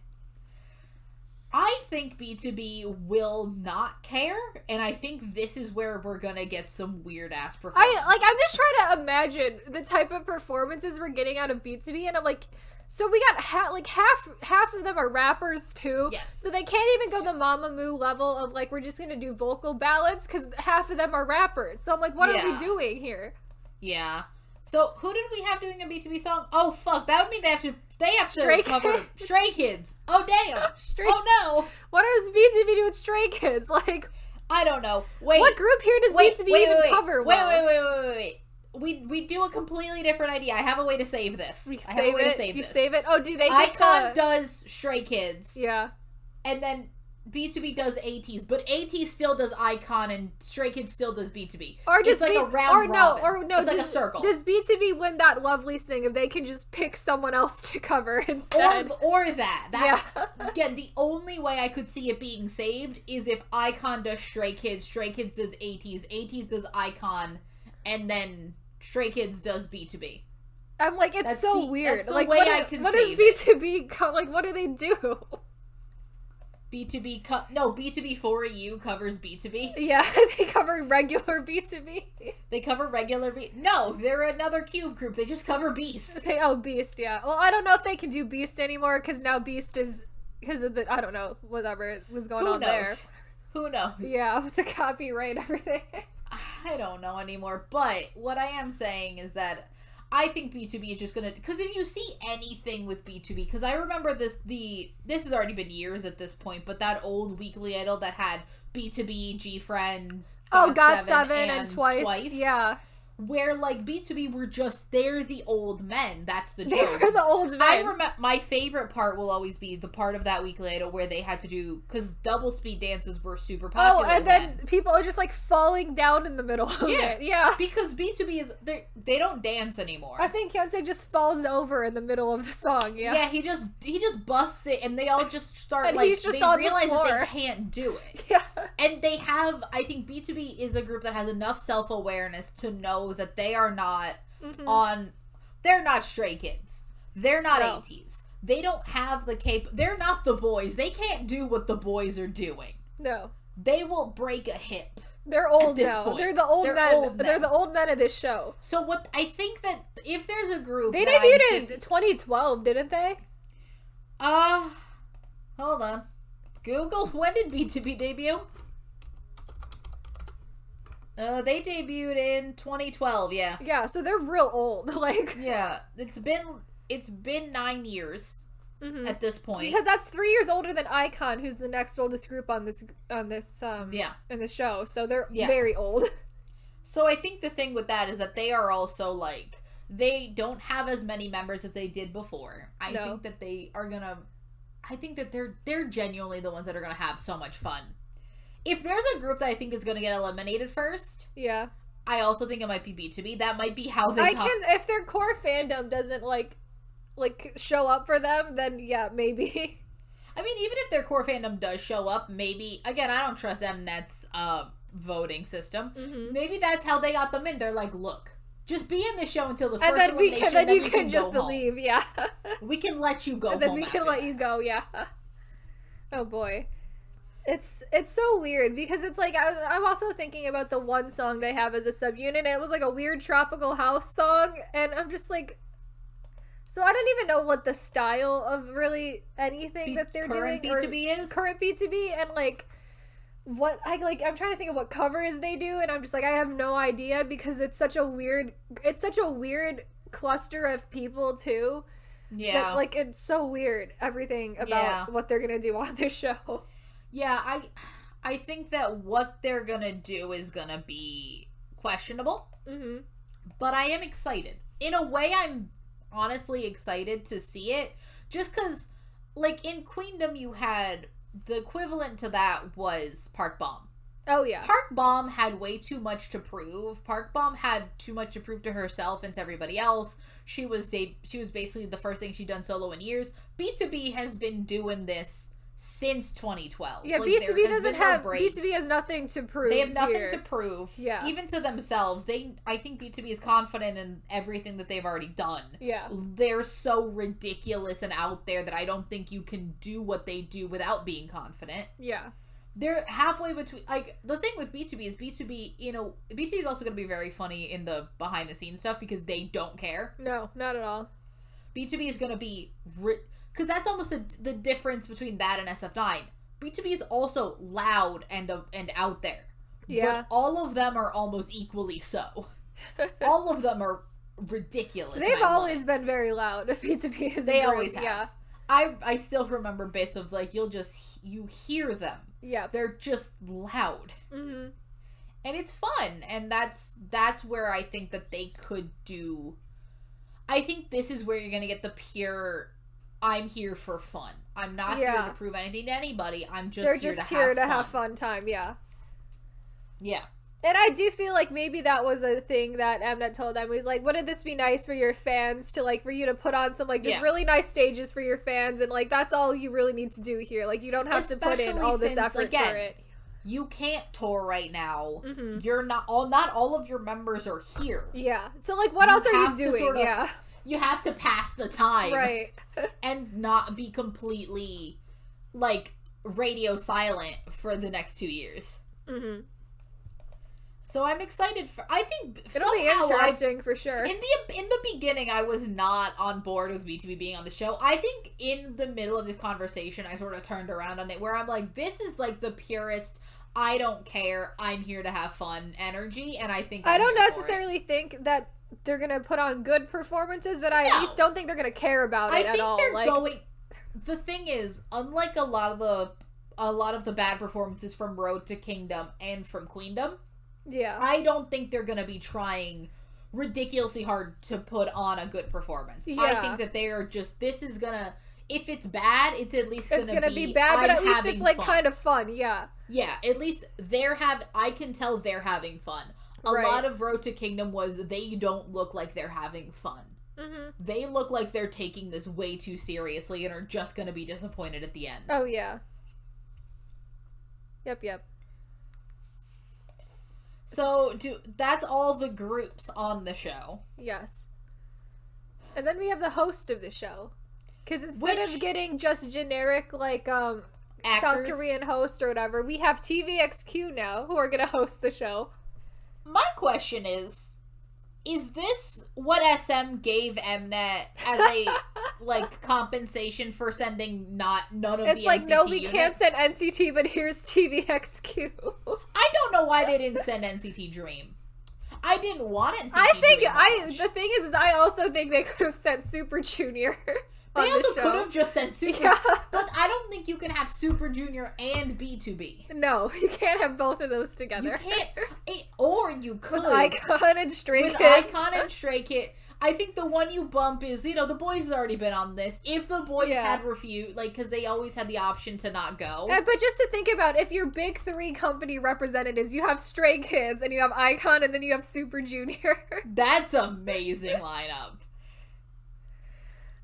Speaker 2: I think B2B will not care, and I think this is where we're gonna get some weird ass performance.
Speaker 1: I like. I'm just trying to imagine the type of performances we're getting out of B2B, and I'm like, so we got ha- like half half of them are rappers too.
Speaker 2: Yes.
Speaker 1: So they can't even go the Mamamoo level of like we're just gonna do vocal ballads because half of them are rappers. So I'm like, what are
Speaker 2: Yeah.
Speaker 1: we doing here?
Speaker 2: yeah. So who did we have doing a B2B song? Oh fuck, that would mean they have to they have to
Speaker 1: Stray
Speaker 2: cover Stray Kids. Oh damn.
Speaker 1: Stray.
Speaker 2: oh no.
Speaker 1: What does B2B do with Stray Kids? Like,
Speaker 2: I don't know. Wait.
Speaker 1: what group here does
Speaker 2: wait,
Speaker 1: B2B
Speaker 2: wait,
Speaker 1: even
Speaker 2: wait,
Speaker 1: cover?
Speaker 2: Wait,
Speaker 1: well?
Speaker 2: wait, wait, wait, wait, wait. we we do a completely different idea. I have a way to save this.
Speaker 1: We
Speaker 2: I
Speaker 1: save
Speaker 2: have a way
Speaker 1: it.
Speaker 2: to save
Speaker 1: you
Speaker 2: this.
Speaker 1: save it. Oh, do they get
Speaker 2: Icon
Speaker 1: the...
Speaker 2: does Stray Kids,
Speaker 1: Yeah.
Speaker 2: and then B2B does ATs, but AT still does Icon, and Stray Kids still does B2B.
Speaker 1: Or
Speaker 2: it's
Speaker 1: just
Speaker 2: like
Speaker 1: be-
Speaker 2: a round
Speaker 1: or
Speaker 2: robin.
Speaker 1: no, or no,
Speaker 2: it's
Speaker 1: does,
Speaker 2: like a circle.
Speaker 1: Does BTV win that Lovelies thing if they can just pick someone else to cover instead?
Speaker 2: or, or that. That
Speaker 1: yeah.
Speaker 2: Again, the only way I could see it being saved is if Icon does Stray Kids, Stray Kids does ATs, ATs does Icon, and then Stray Kids does B2B.
Speaker 1: I'm like, it's
Speaker 2: That's
Speaker 1: so
Speaker 2: the-
Speaker 1: weird.
Speaker 2: that's the
Speaker 1: like,
Speaker 2: way
Speaker 1: what,
Speaker 2: I
Speaker 1: is-
Speaker 2: can
Speaker 1: what does
Speaker 2: save it.
Speaker 1: B2B co- like? What do they do?
Speaker 2: B2B, co- no, B2B for you covers B2B.
Speaker 1: Yeah, they cover regular B2B.
Speaker 2: They cover regular Be- No, they're another cube group. They just cover Beast.
Speaker 1: They, oh, Beast. Yeah. Well, I don't know if they can do Beast anymore because now Beast is because of the I don't know whatever was going
Speaker 2: Who
Speaker 1: on
Speaker 2: knows?
Speaker 1: there.
Speaker 2: Who knows?
Speaker 1: Yeah, with the copyright, everything.
Speaker 2: I don't know anymore. But what I am saying is that I think B2B is just gonna because if you see anything with B2B, because I remember this the this has already been years at this point, but that old weekly idol that had B2B, G Friend,
Speaker 1: oh, God, seven, and, twice. Yeah,
Speaker 2: where like B2B were just they're the old men. That's the
Speaker 1: they
Speaker 2: joke.
Speaker 1: were the old men.
Speaker 2: I remember my favorite part will always be the part of that weekly idol where they had to do because double speed dances were super
Speaker 1: Oh,
Speaker 2: popular.
Speaker 1: and then people are just like falling down in the middle of
Speaker 2: Yeah.
Speaker 1: it. Yeah.
Speaker 2: because B two B is they they don't dance anymore.
Speaker 1: I think Yonsei just falls over in the middle of the song. Yeah.
Speaker 2: yeah.
Speaker 1: Yeah.
Speaker 2: he just he just busts it, and they all just start
Speaker 1: And
Speaker 2: like
Speaker 1: he's just
Speaker 2: they
Speaker 1: on the
Speaker 2: realize
Speaker 1: floor.
Speaker 2: that they can't do it, and they have. I think B two B is a group that has enough self awareness to know that they are not
Speaker 1: Mhm.
Speaker 2: on. They're not stray kids. They're not
Speaker 1: No.
Speaker 2: ATs. They don't have the cap. They're not the boys. They can't do what the boys are doing.
Speaker 1: No.
Speaker 2: they will break a hip.
Speaker 1: They're old
Speaker 2: this
Speaker 1: now.
Speaker 2: point,
Speaker 1: They're the old
Speaker 2: they're
Speaker 1: men.
Speaker 2: old
Speaker 1: They're
Speaker 2: men.
Speaker 1: the old men of this show.
Speaker 2: So what I think that if there's a group
Speaker 1: They
Speaker 2: that I'm
Speaker 1: debuted in
Speaker 2: fifty-
Speaker 1: 2012, didn't they?
Speaker 2: uh hold on. Google when did B2B debut? Uh they debuted in 2012, yeah.
Speaker 1: Yeah, so they're real old. Like,
Speaker 2: Yeah, it's been it's been 9 years
Speaker 1: mhm.
Speaker 2: at this point.
Speaker 1: because that's three years older than Icon, who's the next oldest group on this on this um
Speaker 2: yeah.
Speaker 1: in the show. So they're
Speaker 2: Yeah.
Speaker 1: very old.
Speaker 2: So I think the thing with that is that they are also like they don't have as many members as they did before. I
Speaker 1: No.
Speaker 2: think that they are gonna. I think that they're they're genuinely the ones that are gonna have so much fun. If there's a group that I think is gonna get eliminated first,
Speaker 1: Yeah,
Speaker 2: I also think it might be B2B. That might be how they.
Speaker 1: I
Speaker 2: got-
Speaker 1: can if their core fandom doesn't like like show up for them, then yeah, maybe.
Speaker 2: I mean, even if their core fandom does show up, maybe again I don't trust Mnet's um voting system.
Speaker 1: Mhm.
Speaker 2: Maybe that's how they got them in. They're like, look, just be in the show until the first
Speaker 1: And then we
Speaker 2: elimination.
Speaker 1: can then you
Speaker 2: we
Speaker 1: can,
Speaker 2: go
Speaker 1: just
Speaker 2: home.
Speaker 1: leave, yeah.
Speaker 2: We can let you go.
Speaker 1: and then
Speaker 2: home
Speaker 1: we can
Speaker 2: after
Speaker 1: let
Speaker 2: that.
Speaker 1: you go, yeah. Oh boy. It's it's so weird because it's like I, I'm also thinking about the one song they have as a subunit and it was like a weird tropical house song and I'm just like so I don't even know what the style of really anything
Speaker 2: B-
Speaker 1: that they're
Speaker 2: current
Speaker 1: doing or-
Speaker 2: B2B is?
Speaker 1: current B2B and like what I like I'm trying to think of what covers they do and I'm just like I have no idea because it's such a weird it's such a weird cluster of people too that,
Speaker 2: yeah.
Speaker 1: like it's so weird everything about
Speaker 2: Yeah.
Speaker 1: what they're going to do on this show.
Speaker 2: yeah, I I think that what they're going to do is going to be questionable,
Speaker 1: Mhm.
Speaker 2: but I am excited. In a way I'm honestly excited to see it just cuz like in Queendom you had the equivalent to that was Park Bomb.
Speaker 1: Oh yeah.
Speaker 2: Park Bomb had way too much to prove. Park Bomb had too much to prove to herself and to everybody else. She was de- she was basically the first thing she'd done solo in years. B2B has been doing this since 2012.
Speaker 1: Yeah,
Speaker 2: Like,
Speaker 1: B2B
Speaker 2: there has
Speaker 1: doesn't
Speaker 2: been no
Speaker 1: have
Speaker 2: break.
Speaker 1: B2B has nothing to prove.
Speaker 2: They have nothing
Speaker 1: here.
Speaker 2: to prove.
Speaker 1: Yeah.
Speaker 2: Even to themselves. They I think B2B is confident in everything that they've already done.
Speaker 1: Yeah.
Speaker 2: They're so ridiculous and out there that I don't think you can do what they do without being confident
Speaker 1: Yeah.
Speaker 2: they're halfway between like the thing with b2b is b2b you know b2b is also going to be very funny in the behind the scenes stuff because they don't care
Speaker 1: No, not at all.
Speaker 2: b2b is going to be because that's almost the, the difference between that and sf9 b2b is also loud and uh, and out there
Speaker 1: Yeah.
Speaker 2: but all of them are almost equally so all of them are ridiculous and
Speaker 1: They've
Speaker 2: I love
Speaker 1: always
Speaker 2: it.
Speaker 1: been very loud. B2B is a
Speaker 2: they
Speaker 1: group,
Speaker 2: always have
Speaker 1: Yeah.
Speaker 2: i i still remember bits of like you'll just you hear them
Speaker 1: Yeah.
Speaker 2: they're just loud
Speaker 1: Mhm.
Speaker 2: and it's fun and that's that's where i think that they could do i think this is where you're gonna get the pure i'm here for fun i'm not here
Speaker 1: Yeah.
Speaker 2: to prove anything to anybody i'm just
Speaker 1: They're
Speaker 2: here,
Speaker 1: just
Speaker 2: to,
Speaker 1: here
Speaker 2: have
Speaker 1: to
Speaker 2: fun.
Speaker 1: have fun time, yeah.
Speaker 2: yeah
Speaker 1: And I do feel like maybe that was a thing that Mnet told them. He's like, wouldn't this be nice for your fans to like for you to put on some like just
Speaker 2: Yeah.
Speaker 1: really nice stages for your fans and like that's all you really need to do here. Like you don't have to put in
Speaker 2: Especially
Speaker 1: all this
Speaker 2: since,
Speaker 1: effort
Speaker 2: again, mm-hmm.
Speaker 1: for it.
Speaker 2: you can't tour right now
Speaker 1: hmm
Speaker 2: you're not all not all of your members are here
Speaker 1: Yeah. So like what
Speaker 2: You
Speaker 1: else are you
Speaker 2: have to
Speaker 1: doing?
Speaker 2: sort of
Speaker 1: yeah.
Speaker 2: you have to pass the time
Speaker 1: Right.
Speaker 2: and not be completely like radio silent for the next two years
Speaker 1: hmm
Speaker 2: so i'm excited for i think
Speaker 1: It'll be
Speaker 2: somehow I
Speaker 1: interesting for sure.
Speaker 2: In the in the beginning, I was not on board with B2B being on the show. I think in the middle of this conversation, I sort of turned around on it, where I'm like, this is like the purest. I don't care. I'm here to have fun energy, and I think
Speaker 1: I
Speaker 2: I'm
Speaker 1: don't
Speaker 2: here for it.
Speaker 1: necessarily think that they're gonna put on good performances, but I at
Speaker 2: No.
Speaker 1: least don't think they're gonna care about
Speaker 2: I
Speaker 1: it
Speaker 2: think
Speaker 1: at all.
Speaker 2: they're
Speaker 1: like
Speaker 2: going. The thing is, unlike a lot of the a lot of the bad performances from Road to Kingdom and from Queendom,
Speaker 1: Yeah.
Speaker 2: I don't think they're gonna be trying ridiculously hard to put on a good performance. I
Speaker 1: Yeah.
Speaker 2: think that they are just this is gonna if it's bad, it's at least gonna,
Speaker 1: it's gonna be, bad, but
Speaker 2: I'm
Speaker 1: at least it's
Speaker 2: having
Speaker 1: like
Speaker 2: fun.
Speaker 1: kind of fun, yeah.
Speaker 2: yeah. At least they're have I can tell they're having fun. A
Speaker 1: Right.
Speaker 2: lot of Road to Kingdom was they don't look like they're having fun.
Speaker 1: hmm
Speaker 2: They look like they're taking this way too seriously and are just gonna be disappointed at the end.
Speaker 1: Oh yeah. Yep, yep.
Speaker 2: So do that's all the groups on the show.
Speaker 1: Yes. And then we have the host of the show. Cuz instead of
Speaker 2: Which-
Speaker 1: getting just generic like um South
Speaker 2: Actors.
Speaker 1: Korean host or whatever, we have TVXQ now who are going to host the show.
Speaker 2: my question is is this what sm gave mnet as a like compensation for sending not none of
Speaker 1: It's
Speaker 2: the
Speaker 1: like no
Speaker 2: NCT
Speaker 1: we
Speaker 2: units?
Speaker 1: can't send NCT but here's TVXQ.
Speaker 2: i don't know why they didn't send nct dream i didn't want it
Speaker 1: I think I the thing is, is I also think they could have sent Super Junior on
Speaker 2: they also
Speaker 1: the
Speaker 2: could
Speaker 1: show.
Speaker 2: have just sent super
Speaker 1: Yeah.
Speaker 2: but i don't think you can have super junior and b2b
Speaker 1: No, you can't have both of those
Speaker 2: you
Speaker 1: together.
Speaker 2: can't eh, or you could
Speaker 1: With Icon and Stray
Speaker 2: with
Speaker 1: Kids.
Speaker 2: Icon and Stray Kid. I think the one you bump is, you know, the boys has already been on this. If the boys
Speaker 1: Yeah.
Speaker 2: had refused, like, because they always had the option to not go.
Speaker 1: Uh, but just to think about, if your big three company representatives, you have Stray Kids and you have Icon and then you have Super Junior.
Speaker 2: That's amazing lineup.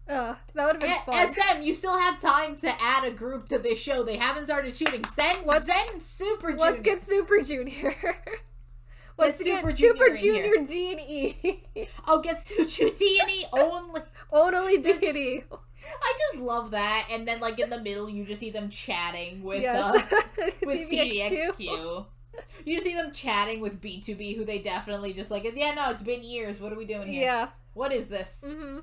Speaker 1: Ugh, that would have been
Speaker 2: A-
Speaker 1: fun.
Speaker 2: SM, you still have time to add a group to this show. They haven't started shooting. Send,
Speaker 1: Let's-
Speaker 2: send Super Junior.
Speaker 1: Let's get Super Junior. Let's get
Speaker 2: Super
Speaker 1: Super
Speaker 2: Junior
Speaker 1: Junior,
Speaker 2: in here.
Speaker 1: D and E.
Speaker 2: oh, get Suchu T&E only.
Speaker 1: Only D
Speaker 2: They're
Speaker 1: and E.
Speaker 2: I just love that. And then, like, in the middle, you just see them chatting with uh,
Speaker 1: Yes.
Speaker 2: with
Speaker 1: TVXQ.
Speaker 2: TVXQ. You see them chatting with B2B, who they definitely just like, yeah, no, it's been years. What are we doing here?
Speaker 1: Yeah.
Speaker 2: What is this?
Speaker 1: hmm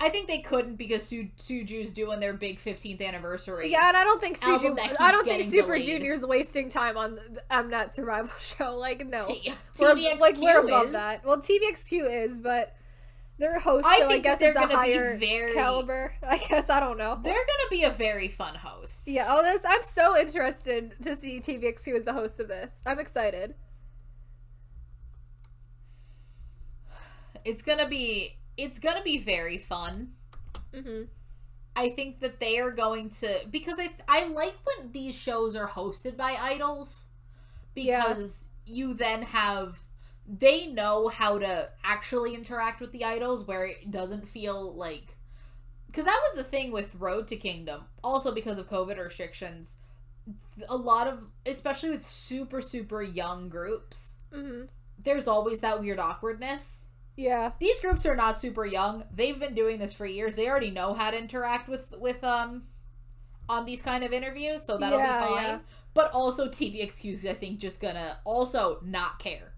Speaker 2: I think they couldn't because Su- Suju's doing their big 15th anniversary.
Speaker 1: Yeah, and I don't think
Speaker 2: Album
Speaker 1: Suju,
Speaker 2: that keeps
Speaker 1: I don't think
Speaker 2: getting
Speaker 1: Super
Speaker 2: delayed.
Speaker 1: Junior's wasting time on the Mnet Survival Show. Like, no,
Speaker 2: T-
Speaker 1: we're,
Speaker 2: TVXQ
Speaker 1: like we're above
Speaker 2: is-
Speaker 1: that. Well, TVXQ is, but they're host,
Speaker 2: I
Speaker 1: so I
Speaker 2: think that
Speaker 1: guess
Speaker 2: they're
Speaker 1: it's a
Speaker 2: going
Speaker 1: higher
Speaker 2: to be very.
Speaker 1: caliber. I guess I don't know.
Speaker 2: They're going to be a very fun host.
Speaker 1: yeah, oh, this I'm so interested to see TVXQ as the host of this. I'm excited.
Speaker 2: It's going to be. It's going to be very fun.
Speaker 1: hmm
Speaker 2: Mm-hmm. I think that they are going to because I I like when these shows are hosted by idols
Speaker 1: Yeah.
Speaker 2: because you then have they know how to actually interact with the idols where it doesn't feel like because that was the thing with Road to Kingdom also because of COVID restrictions a lot of especially with super super young groups
Speaker 1: hmm
Speaker 2: there's always that weird awkwardness
Speaker 1: Yeah,
Speaker 2: these groups are not super young. They've been doing this for years. They already know how to interact with with um on these kind of interviews, so that'll
Speaker 1: Yeah,
Speaker 2: be fine.
Speaker 1: yeah.
Speaker 2: But also TVXQ's I think just gonna also not care.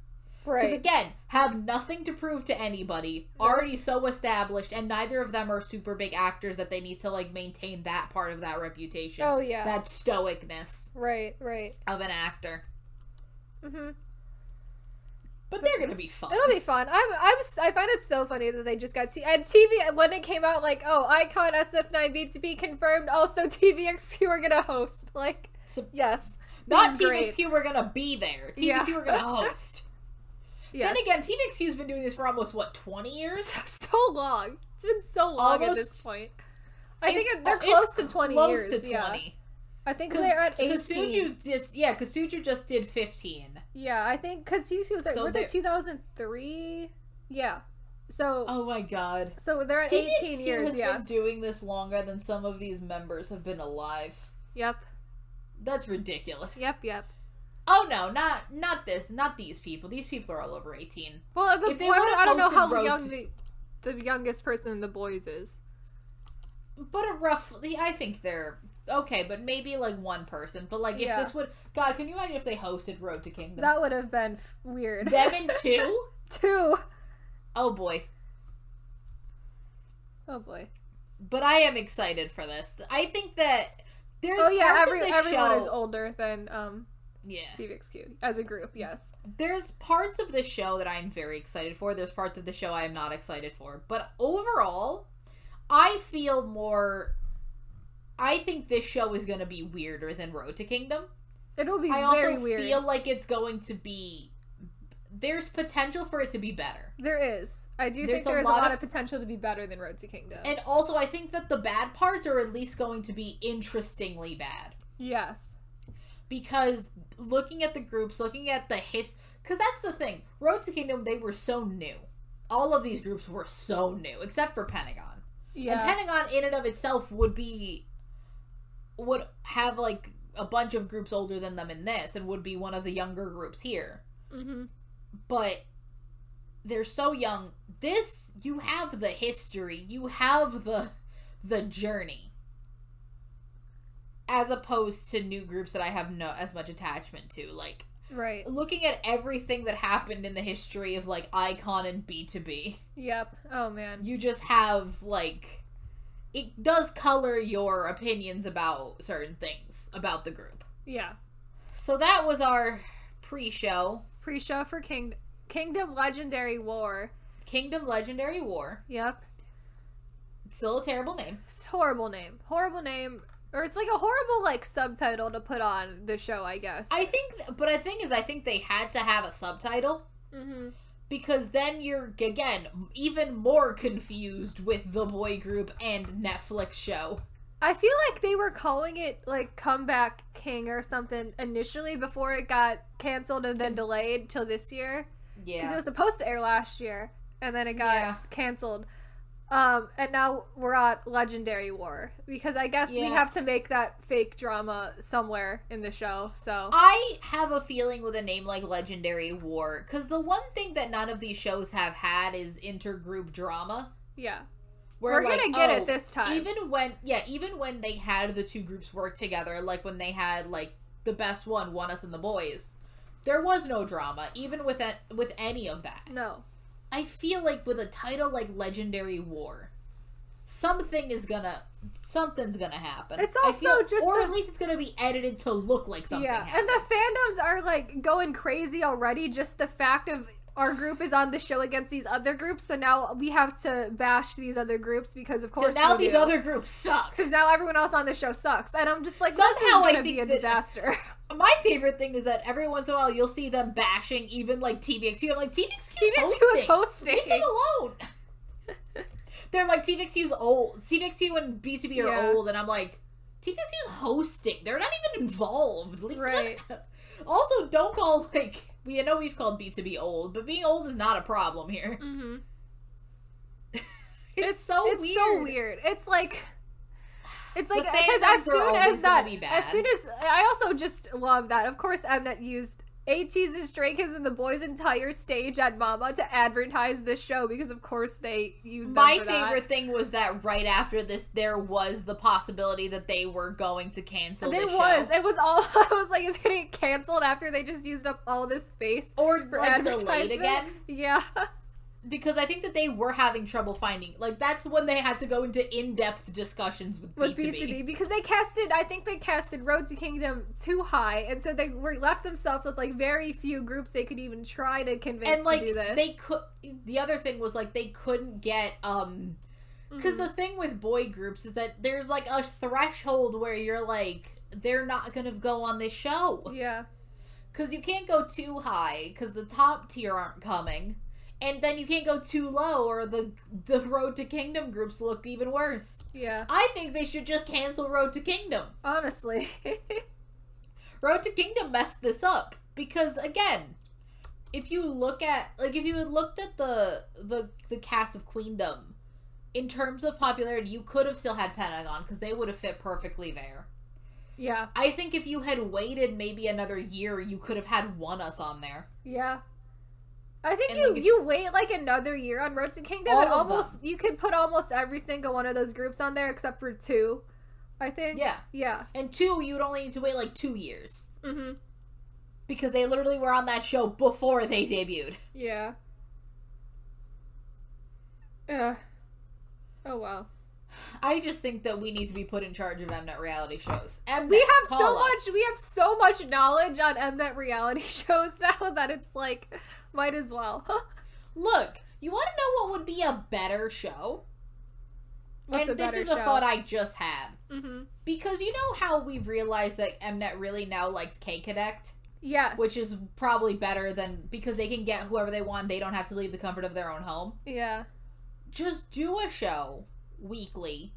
Speaker 2: Because
Speaker 1: right.
Speaker 2: again, have nothing to prove to anybody,
Speaker 1: No.
Speaker 2: already so established, and neither of them are super big actors that they need to like maintain that part of that reputation.
Speaker 1: Oh yeah,
Speaker 2: That stoicness
Speaker 1: right, right.
Speaker 2: of an actor.
Speaker 1: hmm
Speaker 2: But they're gonna be fun.
Speaker 1: It'll be fun. I'm, I'm, s- I find it so funny that they just got T and TV when it came out. Like, oh, Icon SF9 B2B confirmed. Also, TVXQ are gonna host. Like,
Speaker 2: So-
Speaker 1: yes,
Speaker 2: Not
Speaker 1: He's great.
Speaker 2: TVXQ, we're gonna be there. TVXQ,
Speaker 1: Yeah.
Speaker 2: we're gonna host.
Speaker 1: Yes.
Speaker 2: Then again, TVXQ's been doing this for almost what twenty years.
Speaker 1: so long. It's been so long at this
Speaker 2: Almost-
Speaker 1: point. I think
Speaker 2: It's-
Speaker 1: it- they're
Speaker 2: it's
Speaker 1: close to twenty
Speaker 2: close
Speaker 1: years.
Speaker 2: to
Speaker 1: Yeah,
Speaker 2: 20.
Speaker 1: I think
Speaker 2: Cause-
Speaker 1: they're at eighteen.
Speaker 2: Kasuju just yeah, Kasuju just did fifteen.
Speaker 1: Yeah, I think because you was like,
Speaker 2: So
Speaker 1: were they
Speaker 2: they're-
Speaker 1: two thousand three? Yeah, so
Speaker 2: Oh my god.
Speaker 1: so they're at eighteen
Speaker 2: TVXQ
Speaker 1: years.
Speaker 2: has
Speaker 1: Yes.
Speaker 2: been doing this longer than some of these members have been alive.
Speaker 1: Yep.
Speaker 2: That's ridiculous.
Speaker 1: Yep. Yep.
Speaker 2: Oh no, not not this, not these people. These people are all over eighteen.
Speaker 1: Well, at the
Speaker 2: If they
Speaker 1: boy-
Speaker 2: would've
Speaker 1: I don't know
Speaker 2: hosted
Speaker 1: how
Speaker 2: Road
Speaker 1: young
Speaker 2: to-
Speaker 1: the, the youngest person in the boys is.
Speaker 2: But a roughly, I think they're okay. But maybe like one person. But like if
Speaker 1: Yeah.
Speaker 2: this would, God, can you imagine if they hosted Road to Kingdom?
Speaker 1: That would have been f- weird.
Speaker 2: Them and two.
Speaker 1: Two.
Speaker 2: Oh boy.
Speaker 1: Oh boy.
Speaker 2: But I am excited for this. I think that there's
Speaker 1: oh yeah,
Speaker 2: parts
Speaker 1: every
Speaker 2: of the
Speaker 1: everyone
Speaker 2: show.
Speaker 1: is older than um
Speaker 2: Yeah.
Speaker 1: TVXQ as a group. Yes.
Speaker 2: There's parts of the show that I'm very excited for. There's parts of the show I am not excited for. But overall, I feel more. I think this show is going to be weirder than Road to Kingdom.
Speaker 1: It will be
Speaker 2: I also
Speaker 1: very weird.
Speaker 2: feel like it's going to be. There's potential for it to be better.
Speaker 1: There is. I do
Speaker 2: There's
Speaker 1: think there
Speaker 2: a
Speaker 1: is
Speaker 2: lot
Speaker 1: a lot
Speaker 2: of-
Speaker 1: of potential to be better than Road to Kingdom.
Speaker 2: And also, I think that the bad parts are at least going to be interestingly bad.
Speaker 1: yes.
Speaker 2: Because looking at the groups, looking at the his. Because that's the thing. Road to Kingdom, they were so new. All of these groups were so new, except for Pentagon.
Speaker 1: Yeah.
Speaker 2: And Pentagon in and of itself would be would have like a bunch of groups older than them in this and would be one of the younger groups here.
Speaker 1: mm-hmm.
Speaker 2: But they're so young. This you have the history, you have the the journey. As opposed to new groups that I have no as much attachment to. Like
Speaker 1: Right.
Speaker 2: looking at everything that happened in the history of like Icon and B2B
Speaker 1: Yep. Oh man.
Speaker 2: you just have like it does color your opinions about certain things about the group.
Speaker 1: Yeah.
Speaker 2: So that was our pre-show
Speaker 1: Pre-show for King Kingdom Legendary War.
Speaker 2: Kingdom Legendary War.
Speaker 1: Yep.
Speaker 2: Still a terrible name.
Speaker 1: It's a horrible name. Horrible name. Or it's like a horrible like subtitle to put on the show, I guess.
Speaker 2: I think but the thing is I think they had to have a subtitle
Speaker 1: mm-hmm.
Speaker 2: because then you're again even more confused with the boy group and Netflix show.
Speaker 1: I feel like they were calling it like Comeback King or something initially before it got canceled and then delayed till this year. because it was supposed to air last year and then it got
Speaker 2: Yeah.
Speaker 1: canceled um and now we're at legendary war because i guess we
Speaker 2: Yeah.
Speaker 1: have to make that fake drama somewhere in the show so
Speaker 2: I have a feeling with a name like Legendary War, because the one thing that none of these shows have had is intergroup drama.
Speaker 1: yeah
Speaker 2: Where,
Speaker 1: we're
Speaker 2: like,
Speaker 1: gonna get
Speaker 2: oh,
Speaker 1: it this time
Speaker 2: Even when, yeah, even when they had the two groups work together, like when they had like the best one, One Us and the Boys, there was no drama, even with that, with any of that.
Speaker 1: no
Speaker 2: I feel like with a title like Legendary War, something is gonna, something's gonna happen.
Speaker 1: It's
Speaker 2: I
Speaker 1: also
Speaker 2: feel-
Speaker 1: just
Speaker 2: or
Speaker 1: the-
Speaker 2: at least it's gonna be edited to look like something.
Speaker 1: yeah and
Speaker 2: happened.
Speaker 1: the fandoms are like going crazy already just the fact of our group is on the show against these other groups so now we have to bash these other groups because of course
Speaker 2: so now
Speaker 1: we
Speaker 2: these
Speaker 1: do.
Speaker 2: other groups suck.
Speaker 1: because now everyone else on the show sucks and i'm just like this is
Speaker 2: Somehow I
Speaker 1: gonna be
Speaker 2: think
Speaker 1: a
Speaker 2: that-
Speaker 1: disaster
Speaker 2: My favorite thing is that every once in a while you'll see them bashing even like TVXQ. I'm like TVXQ is
Speaker 1: TVXQ
Speaker 2: hosting.
Speaker 1: is hosting.
Speaker 2: Leave them alone. They're like TVXQ's old. TVXQ and B2B are
Speaker 1: Yeah.
Speaker 2: old, and I'm like TVXQ is hosting. They're not even involved. Leave them-
Speaker 1: Right.
Speaker 2: also, don't call like we know we've called B2B old, but being old is not a problem here.
Speaker 1: mm-hmm.
Speaker 2: It's, so
Speaker 1: it's
Speaker 2: weird.
Speaker 1: so weird. It's like it's like
Speaker 2: The
Speaker 1: because as
Speaker 2: fandoms are
Speaker 1: soon
Speaker 2: always
Speaker 1: as that
Speaker 2: gonna be bad.
Speaker 1: as soon as I also just love that. Of course, Mnet used AT's and Stray Kids and the boys' entire stage at Mama to advertise this show because of course they use them
Speaker 2: My
Speaker 1: for that.
Speaker 2: favorite thing was that right after this, there was the possibility that they were going to cancel.
Speaker 1: It
Speaker 2: this
Speaker 1: was.
Speaker 2: show.
Speaker 1: It was all. I was like, it's gonna get canceled after they just used up all this space
Speaker 2: or
Speaker 1: for
Speaker 2: like delayed
Speaker 1: advertisement.
Speaker 2: again
Speaker 1: Yeah.
Speaker 2: because I think that they were having trouble finding like that's when they had to go into in-depth discussions with,
Speaker 1: with
Speaker 2: B2B.
Speaker 1: B2B because they casted I think they casted Road to Kingdom too high and so they were left themselves with like very few groups they could even try to convince
Speaker 2: And like
Speaker 1: to do this.
Speaker 2: they could the other thing was like they couldn't get um cuz
Speaker 1: Mhm.
Speaker 2: the thing with boy groups is that there's like a threshold where you're like they're not gonna go on this show
Speaker 1: Yeah.
Speaker 2: because you can't go too high because the top tier aren't coming, and then you can't go too low or the the Road to Kingdom groups look even worse.
Speaker 1: Yeah.
Speaker 2: I think they should just cancel Road to Kingdom.
Speaker 1: Honestly.
Speaker 2: Road to Kingdom messed this up because again, if you look at like if you had looked at the the the cast of Queendom in terms of popularity, you could have still had Pentagon because they would have fit perfectly there.
Speaker 1: yeah.
Speaker 2: I think if you had waited maybe another year, you could have had One Us on there.
Speaker 1: Yeah. I think
Speaker 2: And,
Speaker 1: you,
Speaker 2: like, if-
Speaker 1: you wait like another year on Road to Kingdom
Speaker 2: All
Speaker 1: and
Speaker 2: of
Speaker 1: almost you could put almost every single one of those groups on there except for two, I think.
Speaker 2: Yeah,
Speaker 1: Yeah.
Speaker 2: and two, you would only need to wait like two years
Speaker 1: Mm-hmm.
Speaker 2: because they literally were on that show before they debuted.
Speaker 1: Yeah. Yeah. Oh wow.
Speaker 2: I just think that we need to be put in charge of Mnet reality shows. Mnet,
Speaker 1: We have so
Speaker 2: call us.
Speaker 1: much we have so much knowledge on Mnet reality shows now that it's like might as well.
Speaker 2: Look, you want to know what would be a better show?
Speaker 1: What's
Speaker 2: and
Speaker 1: a
Speaker 2: this
Speaker 1: better
Speaker 2: is
Speaker 1: show?
Speaker 2: a thought I just had.
Speaker 1: mm-hmm.
Speaker 2: Because you know how we've realized that Mnet really now likes K Connect,
Speaker 1: Yes.
Speaker 2: which is probably better than because they can get whoever they want, they don't have to leave the comfort of their own home.
Speaker 1: Yeah.
Speaker 2: Just do a show weekly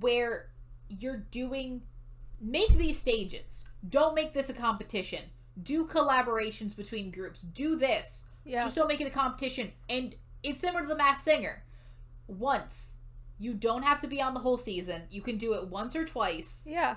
Speaker 2: where you're doing make these stages. Don't make this a competition. Do collaborations between groups. Do this.
Speaker 1: Yeah.
Speaker 2: Just don't make it a competition. And it's similar to The Masked Singer. Once. You don't have to be on the whole season. You can do it once or twice.
Speaker 1: yeah.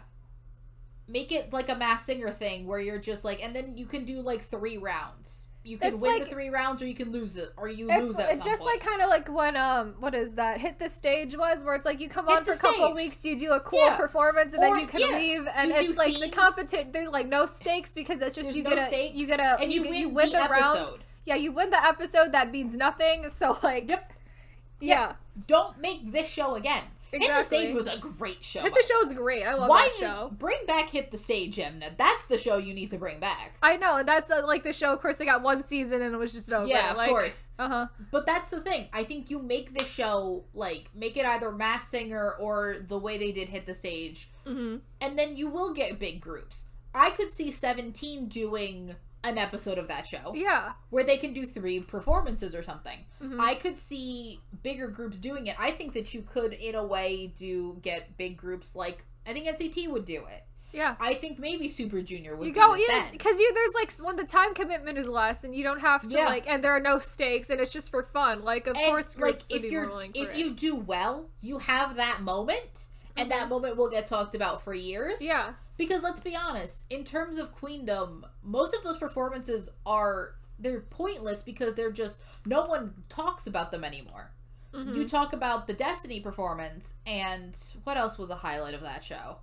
Speaker 2: Make it like a Masked Singer thing where you're just like, and then you can do like three rounds. You can
Speaker 1: It's
Speaker 2: win
Speaker 1: like-
Speaker 2: the three rounds or you can lose it. Or you
Speaker 1: It's,
Speaker 2: lose at
Speaker 1: it's
Speaker 2: some
Speaker 1: just
Speaker 2: point.
Speaker 1: like kind of like when um what is that hit the stage was where it's like you come
Speaker 2: Hit
Speaker 1: on for
Speaker 2: the
Speaker 1: a couple
Speaker 2: stage.
Speaker 1: weeks you do a cool
Speaker 2: Yeah.
Speaker 1: performance and
Speaker 2: Or-
Speaker 1: then you can
Speaker 2: yeah,
Speaker 1: leave and
Speaker 2: you do
Speaker 1: it's like the
Speaker 2: themes.
Speaker 1: competition there's like no stakes because it's just
Speaker 2: There's
Speaker 1: you
Speaker 2: no
Speaker 1: get a
Speaker 2: stakes,
Speaker 1: you get a
Speaker 2: and you,
Speaker 1: get-
Speaker 2: win, the,
Speaker 1: round
Speaker 2: episode.
Speaker 1: yeah you win the episode that means nothing so like
Speaker 2: Yep.
Speaker 1: yeah,
Speaker 2: Don't make this show again. Hit the
Speaker 1: exactly
Speaker 2: Stage was a great show.
Speaker 1: hit
Speaker 2: by
Speaker 1: the show's great I love
Speaker 2: Why
Speaker 1: that
Speaker 2: did-
Speaker 1: show
Speaker 2: bring back Hit the Stage, Emna? That's the show you need to bring back.
Speaker 1: I know and that's uh, like the show of course they got one season and it was just over
Speaker 2: yeah, of
Speaker 1: like,
Speaker 2: course.
Speaker 1: uh huh
Speaker 2: But that's the thing. I think you make the show like make it either Mass Singer or the way they did Hit the Stage,
Speaker 1: hmm
Speaker 2: and then you will get big groups. I could see Seventeen doing an episode of that show
Speaker 1: yeah
Speaker 2: where they can do three performances or something.
Speaker 1: Mhm.
Speaker 2: I could see bigger groups doing it. I think that you could, in a way, do get big groups like I think NCT would do it.
Speaker 1: yeah
Speaker 2: I think maybe Super Junior would.
Speaker 1: You
Speaker 2: do
Speaker 1: go
Speaker 2: it
Speaker 1: in
Speaker 2: then.
Speaker 1: because you there's like when the time commitment is less and you don't have to
Speaker 2: Yeah.
Speaker 1: like and there are no stakes and it's just for fun. Like of
Speaker 2: And,
Speaker 1: course groups
Speaker 2: like
Speaker 1: would
Speaker 2: if
Speaker 1: be more
Speaker 2: you're
Speaker 1: willing for
Speaker 2: if
Speaker 1: it. Mm-hmm.
Speaker 2: you do well, you have that moment, and that moment will get talked about for years.
Speaker 1: yeah
Speaker 2: Because let's be honest, in terms of Queendom, most of those performances are they're pointless because they're just no one talks about them anymore.
Speaker 1: Mhm.
Speaker 2: You talk about the Destiny performance and what else was a highlight of that show?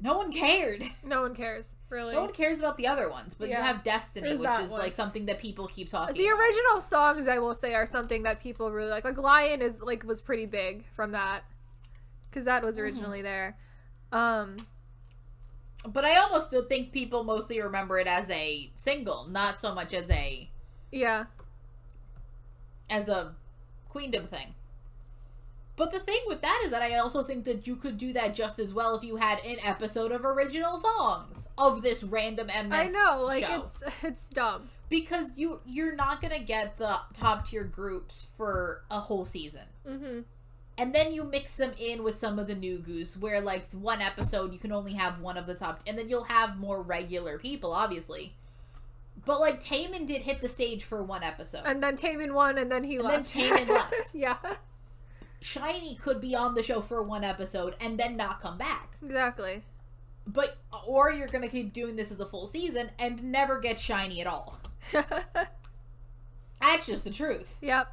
Speaker 2: No one cared.
Speaker 1: no one cares really.
Speaker 2: No one cares about the other ones, but
Speaker 1: Yeah.
Speaker 2: you have Destiny,
Speaker 1: There's
Speaker 2: which
Speaker 1: that
Speaker 2: is
Speaker 1: one.
Speaker 2: like something that people keep talking
Speaker 1: the
Speaker 2: about.
Speaker 1: original songs I will say are something that people really like. Like Lion is like was pretty big from that because that was
Speaker 2: Mhm.
Speaker 1: originally there. Um
Speaker 2: But I almost still think people mostly remember it as a single, not so much as a
Speaker 1: yeah
Speaker 2: as a queendom thing. But the thing with that is that I also think that you could do that just as well if you had an episode of original songs of this random Mnet
Speaker 1: I know like
Speaker 2: show.
Speaker 1: it's it's dumb.
Speaker 2: because you you're not gonna get the top tier groups for a whole season.
Speaker 1: hmm
Speaker 2: And then you mix them in with some of the new goose, where like one episode you can only have one of the top, and then you'll have more regular people, obviously. But like Taman did hit the stage for one episode,
Speaker 1: And
Speaker 2: and,
Speaker 1: then Taemin won and then he
Speaker 2: then
Speaker 1: left.
Speaker 2: Taman left.
Speaker 1: yeah
Speaker 2: Shiny could be on the show for one episode and then not come back.
Speaker 1: exactly.
Speaker 2: But or you're gonna keep doing this as a full season and never get Shiny at all. That's just the truth.
Speaker 1: Yep.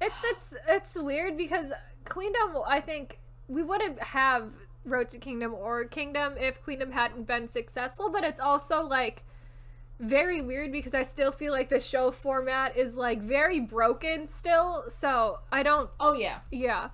Speaker 1: It's it's it's weird because Queendom I think we wouldn't have Road to Kingdom or Kingdom if Queendom hadn't been successful, but it's also like very weird because I still feel like the show format is like very broken still, so I don't
Speaker 2: Oh yeah,
Speaker 1: yeah.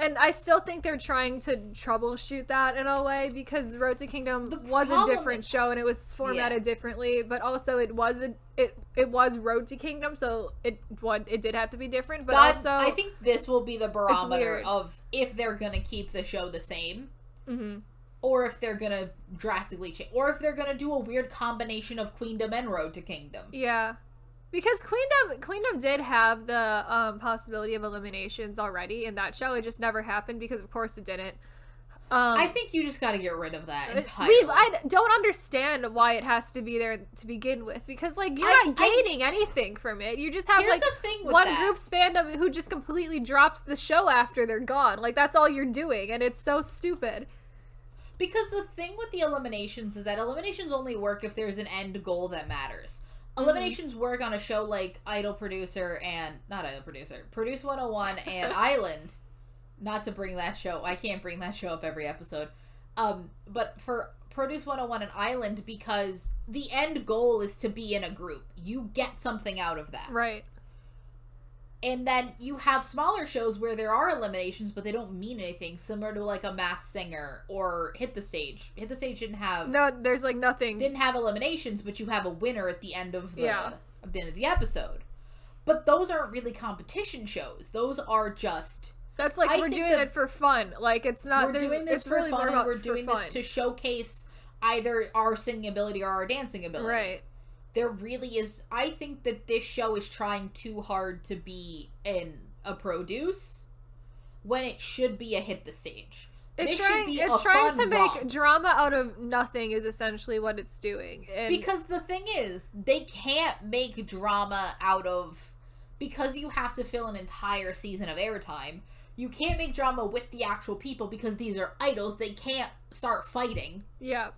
Speaker 1: And I still think they're trying to troubleshoot that in a way because Road to Kingdom
Speaker 2: The
Speaker 1: was a
Speaker 2: problem
Speaker 1: different
Speaker 2: is-
Speaker 1: show and it was formatted differently, but also it was a, it it was Road to Kingdom, so it what it did have to be different. But
Speaker 2: God,
Speaker 1: also,
Speaker 2: I think this will be the barometer
Speaker 1: weird.
Speaker 2: of if they're gonna keep the show the same.
Speaker 1: hmm
Speaker 2: or if they're gonna drastically change, or if they're gonna do a weird combination of Queendom and Road to Kingdom.
Speaker 1: Yeah. Because Queendom Queendom did have the um, possibility of eliminations already in that show. It just never happened because of course it didn't. Um,
Speaker 2: I think you just gotta get rid of that
Speaker 1: it-
Speaker 2: entirely.
Speaker 1: we I don't understand why it has to be there to begin with because like you're
Speaker 2: I-
Speaker 1: not
Speaker 2: I-
Speaker 1: gaining anything from it. You just have
Speaker 2: Here's
Speaker 1: like
Speaker 2: the thing with
Speaker 1: one
Speaker 2: that.
Speaker 1: group's fandom who just completely drops the show after they're gone. Like that's all you're doing, and it's so stupid.
Speaker 2: Because the thing with the eliminations is that eliminations only work if there's an end goal that matters.
Speaker 1: Mhm.
Speaker 2: Eliminations work on a show like Idol Producer and not Idol Producer, Produce 101 and Island. Not to bring that show, I can't bring that show up every episode. Um, but for Produce 101 and Island, because the end goal is to be in a group, you get something out of that.
Speaker 1: Right.
Speaker 2: And then you have smaller shows where there are eliminations, but they don't mean anything, similar to like a Mass Singer or Hit the Stage. Hit the Stage didn't have
Speaker 1: No, there's like nothing.
Speaker 2: didn't have eliminations, but you have a winner at the end of the
Speaker 1: Yeah.
Speaker 2: at the end of the episode. But those aren't really competition shows. Those are just
Speaker 1: That's like
Speaker 2: I
Speaker 1: we're
Speaker 2: think
Speaker 1: doing
Speaker 2: that-
Speaker 1: it for fun. Like it's not.
Speaker 2: we're
Speaker 1: there's-
Speaker 2: doing this
Speaker 1: it's
Speaker 2: for
Speaker 1: really more
Speaker 2: fun. And
Speaker 1: about
Speaker 2: we're
Speaker 1: for
Speaker 2: doing
Speaker 1: fun.
Speaker 2: this to showcase either our singing ability or our dancing ability.
Speaker 1: Right.
Speaker 2: There really is. I think that this show is trying too hard to be in a produce when it should be a hit the stage.
Speaker 1: It's
Speaker 2: This should
Speaker 1: trying.
Speaker 2: be
Speaker 1: It's
Speaker 2: a
Speaker 1: trying to
Speaker 2: fun
Speaker 1: make
Speaker 2: romp.
Speaker 1: drama out of nothing. Is essentially what it's doing. And
Speaker 2: Because the thing is, they can't make drama out of because you have to fill an entire season of airtime. You can't make drama with the actual people because these are idols. They can't start fighting.
Speaker 1: yeah,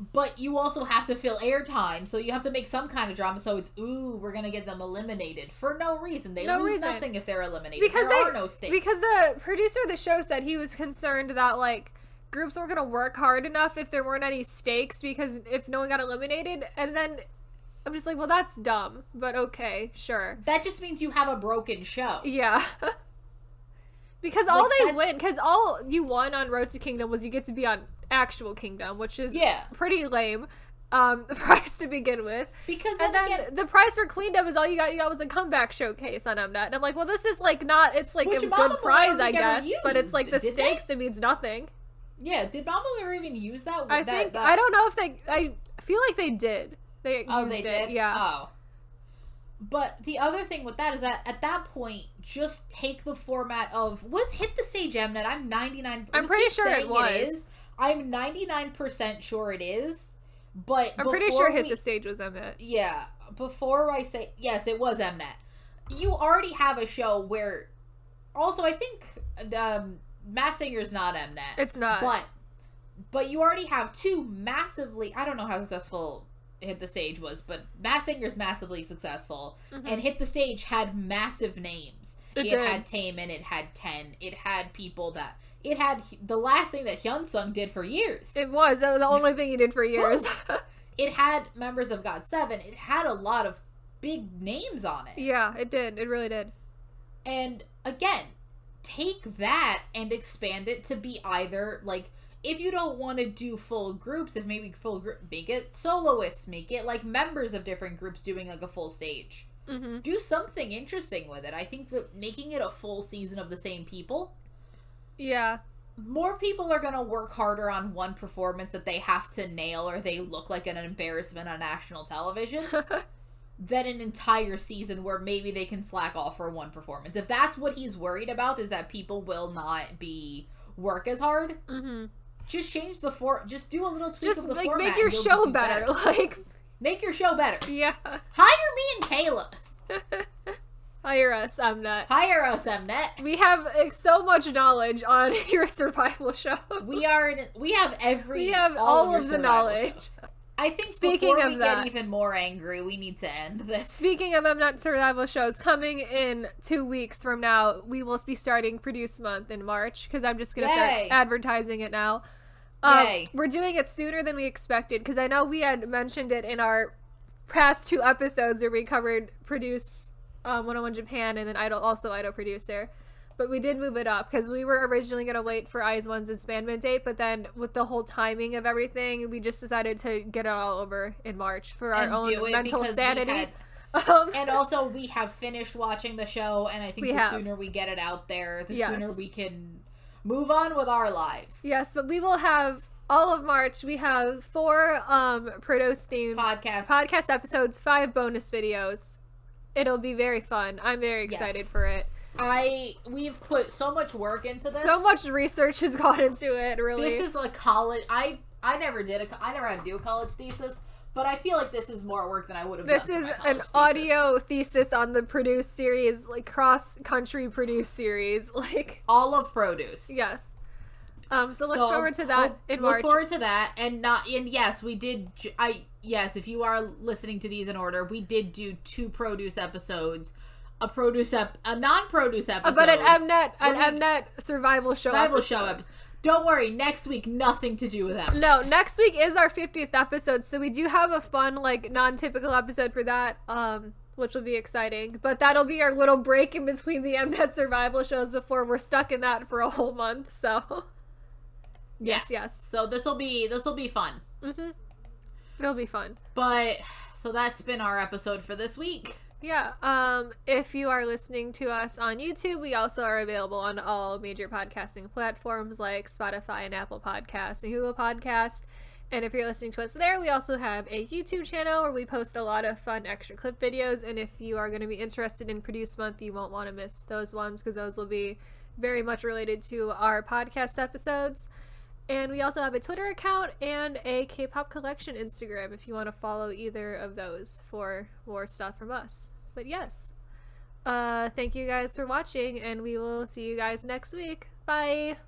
Speaker 2: But you also have to fill airtime, so you have to make some kind of drama. So it's ooh, we're gonna get them eliminated for no reason. They
Speaker 1: No
Speaker 2: lose
Speaker 1: reason.
Speaker 2: nothing if they're eliminated.
Speaker 1: Because
Speaker 2: there
Speaker 1: they-
Speaker 2: are no stakes.
Speaker 1: because the producer of the show said he was concerned that like groups weren't going to work hard enough if there weren't any stakes because if no one got eliminated, and then I'm just like, well, that's dumb. But okay, sure.
Speaker 2: that just means you have a broken show.
Speaker 1: Yeah. because all
Speaker 2: Like,
Speaker 1: they
Speaker 2: that's-
Speaker 1: win, because all you won on Road to Kingdom was you get to be on actual Kingdom, which is
Speaker 2: Yeah,
Speaker 1: pretty lame. Um, the prize to begin with.
Speaker 2: because
Speaker 1: And
Speaker 2: then,
Speaker 1: then
Speaker 2: again,
Speaker 1: the prize for Queendom is all you got. You got was a comeback showcase on Mnet, and I'm like, well, this is like not. It's like
Speaker 2: Which
Speaker 1: a
Speaker 2: Mama
Speaker 1: good prize,
Speaker 2: Mia
Speaker 1: I
Speaker 2: never
Speaker 1: guess, but it's
Speaker 2: used,
Speaker 1: like the
Speaker 2: did they?
Speaker 1: stakes. It means nothing.
Speaker 2: yeah, did Mama Mia even use that?
Speaker 1: I
Speaker 2: that,
Speaker 1: think
Speaker 2: that-
Speaker 1: I don't know if they. I feel like they did. They
Speaker 2: Oh,
Speaker 1: used
Speaker 2: they
Speaker 1: it.
Speaker 2: did.
Speaker 1: Yeah.
Speaker 2: Oh. But the other thing with that is that at that point, just take the format of was hit the stage Mnet. I'm 99.
Speaker 1: I'm
Speaker 2: we
Speaker 1: pretty
Speaker 2: keep
Speaker 1: sure it
Speaker 2: saying
Speaker 1: was.
Speaker 2: is. I'm 99 percent sure it is. But
Speaker 1: I'm pretty sure
Speaker 2: before
Speaker 1: hit
Speaker 2: we-
Speaker 1: the stage was Mnet.
Speaker 2: Yeah. Before I say yes, it was Mnet. You already have a show where. Also, I think um, Mass Singer is not Mnet.
Speaker 1: It's not.
Speaker 2: But but you already have two massively I don't know how successful Hit the Stage was, but Mass Singer's massively successful.
Speaker 1: Mhm.
Speaker 2: And Hit the Stage had massive names.
Speaker 1: It
Speaker 2: It,
Speaker 1: did.
Speaker 2: had Tame and it had Ten. It had people that it had the last thing that Hyunsung did for years.
Speaker 1: It was uh, the only thing he did for years.
Speaker 2: It had members of God Seven. It had a lot of big names on it.
Speaker 1: yeah, it did. It really did.
Speaker 2: And again, take that and expand it to be either like if you don't want to do full groups, if maybe full group make it soloists, make it like members of different groups doing like a full stage.
Speaker 1: hmm
Speaker 2: Do something interesting with it. I think that making it a full season of the same people,
Speaker 1: Yeah.
Speaker 2: more people are going to work harder on one performance that they have to nail or they look like an embarrassment on national television than an entire season where maybe they can slack off for one performance. If that's what he's worried about, is that people will not be work as hard.
Speaker 1: hmm
Speaker 2: Just change the for. Just do a little tweak
Speaker 1: Just
Speaker 2: of the
Speaker 1: like
Speaker 2: format.
Speaker 1: make your
Speaker 2: and you'll
Speaker 1: show
Speaker 2: do
Speaker 1: better. Like,
Speaker 2: Make your show better.
Speaker 1: yeah.
Speaker 2: Hire me and Kayla.
Speaker 1: Hire us, Mnet.
Speaker 2: Hire us, Mnet.
Speaker 1: We have like, so much knowledge on your survival show.
Speaker 2: We are. In, we have every.
Speaker 1: We have all
Speaker 2: your
Speaker 1: of the
Speaker 2: survival
Speaker 1: knowledge.
Speaker 2: shows. I think
Speaker 1: Speaking
Speaker 2: before
Speaker 1: of
Speaker 2: we
Speaker 1: that-
Speaker 2: get even more angry, we need to end this.
Speaker 1: Speaking of Mnet survival shows, coming in two weeks from now, we will be starting Produce Month in March because I'm just going to start
Speaker 2: Yay.
Speaker 1: advertising it now. Um,
Speaker 2: Yay.
Speaker 1: We're doing it sooner than we expected because I know we had mentioned it in our past two episodes where we covered Produce um, 101 Japan and then Idol, also Idol Producer. But we did move it up because we were originally going to wait for Eyes One's disbandment date, but then with the whole timing of everything, we just decided to get it all over in March for our
Speaker 2: And do
Speaker 1: own
Speaker 2: it
Speaker 1: mental
Speaker 2: because we
Speaker 1: sanity.
Speaker 2: had-
Speaker 1: um,
Speaker 2: and also we have finished watching the show and i think
Speaker 1: We
Speaker 2: the
Speaker 1: have.
Speaker 2: sooner we get it out there the
Speaker 1: Yes.
Speaker 2: sooner we can move on with our lives.
Speaker 1: Yes, but we will have all of March. We have four um Protos themed
Speaker 2: Podcast.
Speaker 1: podcast episodes, five bonus videos. It'll be very fun. I'm very excited
Speaker 2: Yes.
Speaker 1: for it.
Speaker 2: I we've put so much work into this.
Speaker 1: So much research has gone into it. Really,
Speaker 2: This is a college. I I never did a. co- I never had to do a college thesis, but I feel like this is more work than I would have.
Speaker 1: this
Speaker 2: done
Speaker 1: is
Speaker 2: for my college
Speaker 1: an
Speaker 2: thesis.
Speaker 1: audio thesis on the produce series, like cross country produce series. Like
Speaker 2: All of produce.
Speaker 1: yes. Um, so look
Speaker 2: So,
Speaker 1: forward to that
Speaker 2: I'll
Speaker 1: in
Speaker 2: look
Speaker 1: March.
Speaker 2: forward to that, and not and yes, we did. j- I yes, if you are listening to these in order, we did do two produce episodes, a produce ep, a non-produce
Speaker 1: Uh,
Speaker 2: episode,
Speaker 1: but an Mnet, an
Speaker 2: We're gonna-
Speaker 1: Mnet survival show.
Speaker 2: survival
Speaker 1: episode. Mm,
Speaker 2: show episode. Don't worry, next week nothing to do with that.
Speaker 1: No, next week is our 50th episode, so we do have a fun, like, non-typical episode for that, um, which will be exciting. But that'll be our little break in between the Mnet survival shows before we're stuck in that for a whole month. So
Speaker 2: Yeah.
Speaker 1: yes, yes,
Speaker 2: So this will be this will be fun.
Speaker 1: mm-hmm. it'll be fun.
Speaker 2: But so that's been our episode for this week.
Speaker 1: Yeah. Um, if you are listening to us on YouTube, we also are available on all major podcasting platforms like Spotify and Apple Podcasts and Google Podcasts. And if you're listening to us there, we also have a YouTube channel where we post a lot of fun extra clip videos. And if you are going to be interested in Produce Month, you won't want to miss those ones because those will be very much related to our podcast episodes. And we also have a Twitter account and a K pop collection Instagram if you want to follow either of those for more stuff from us. But yes, uh, thank you guys for watching, and we will see you guys next week. Bye.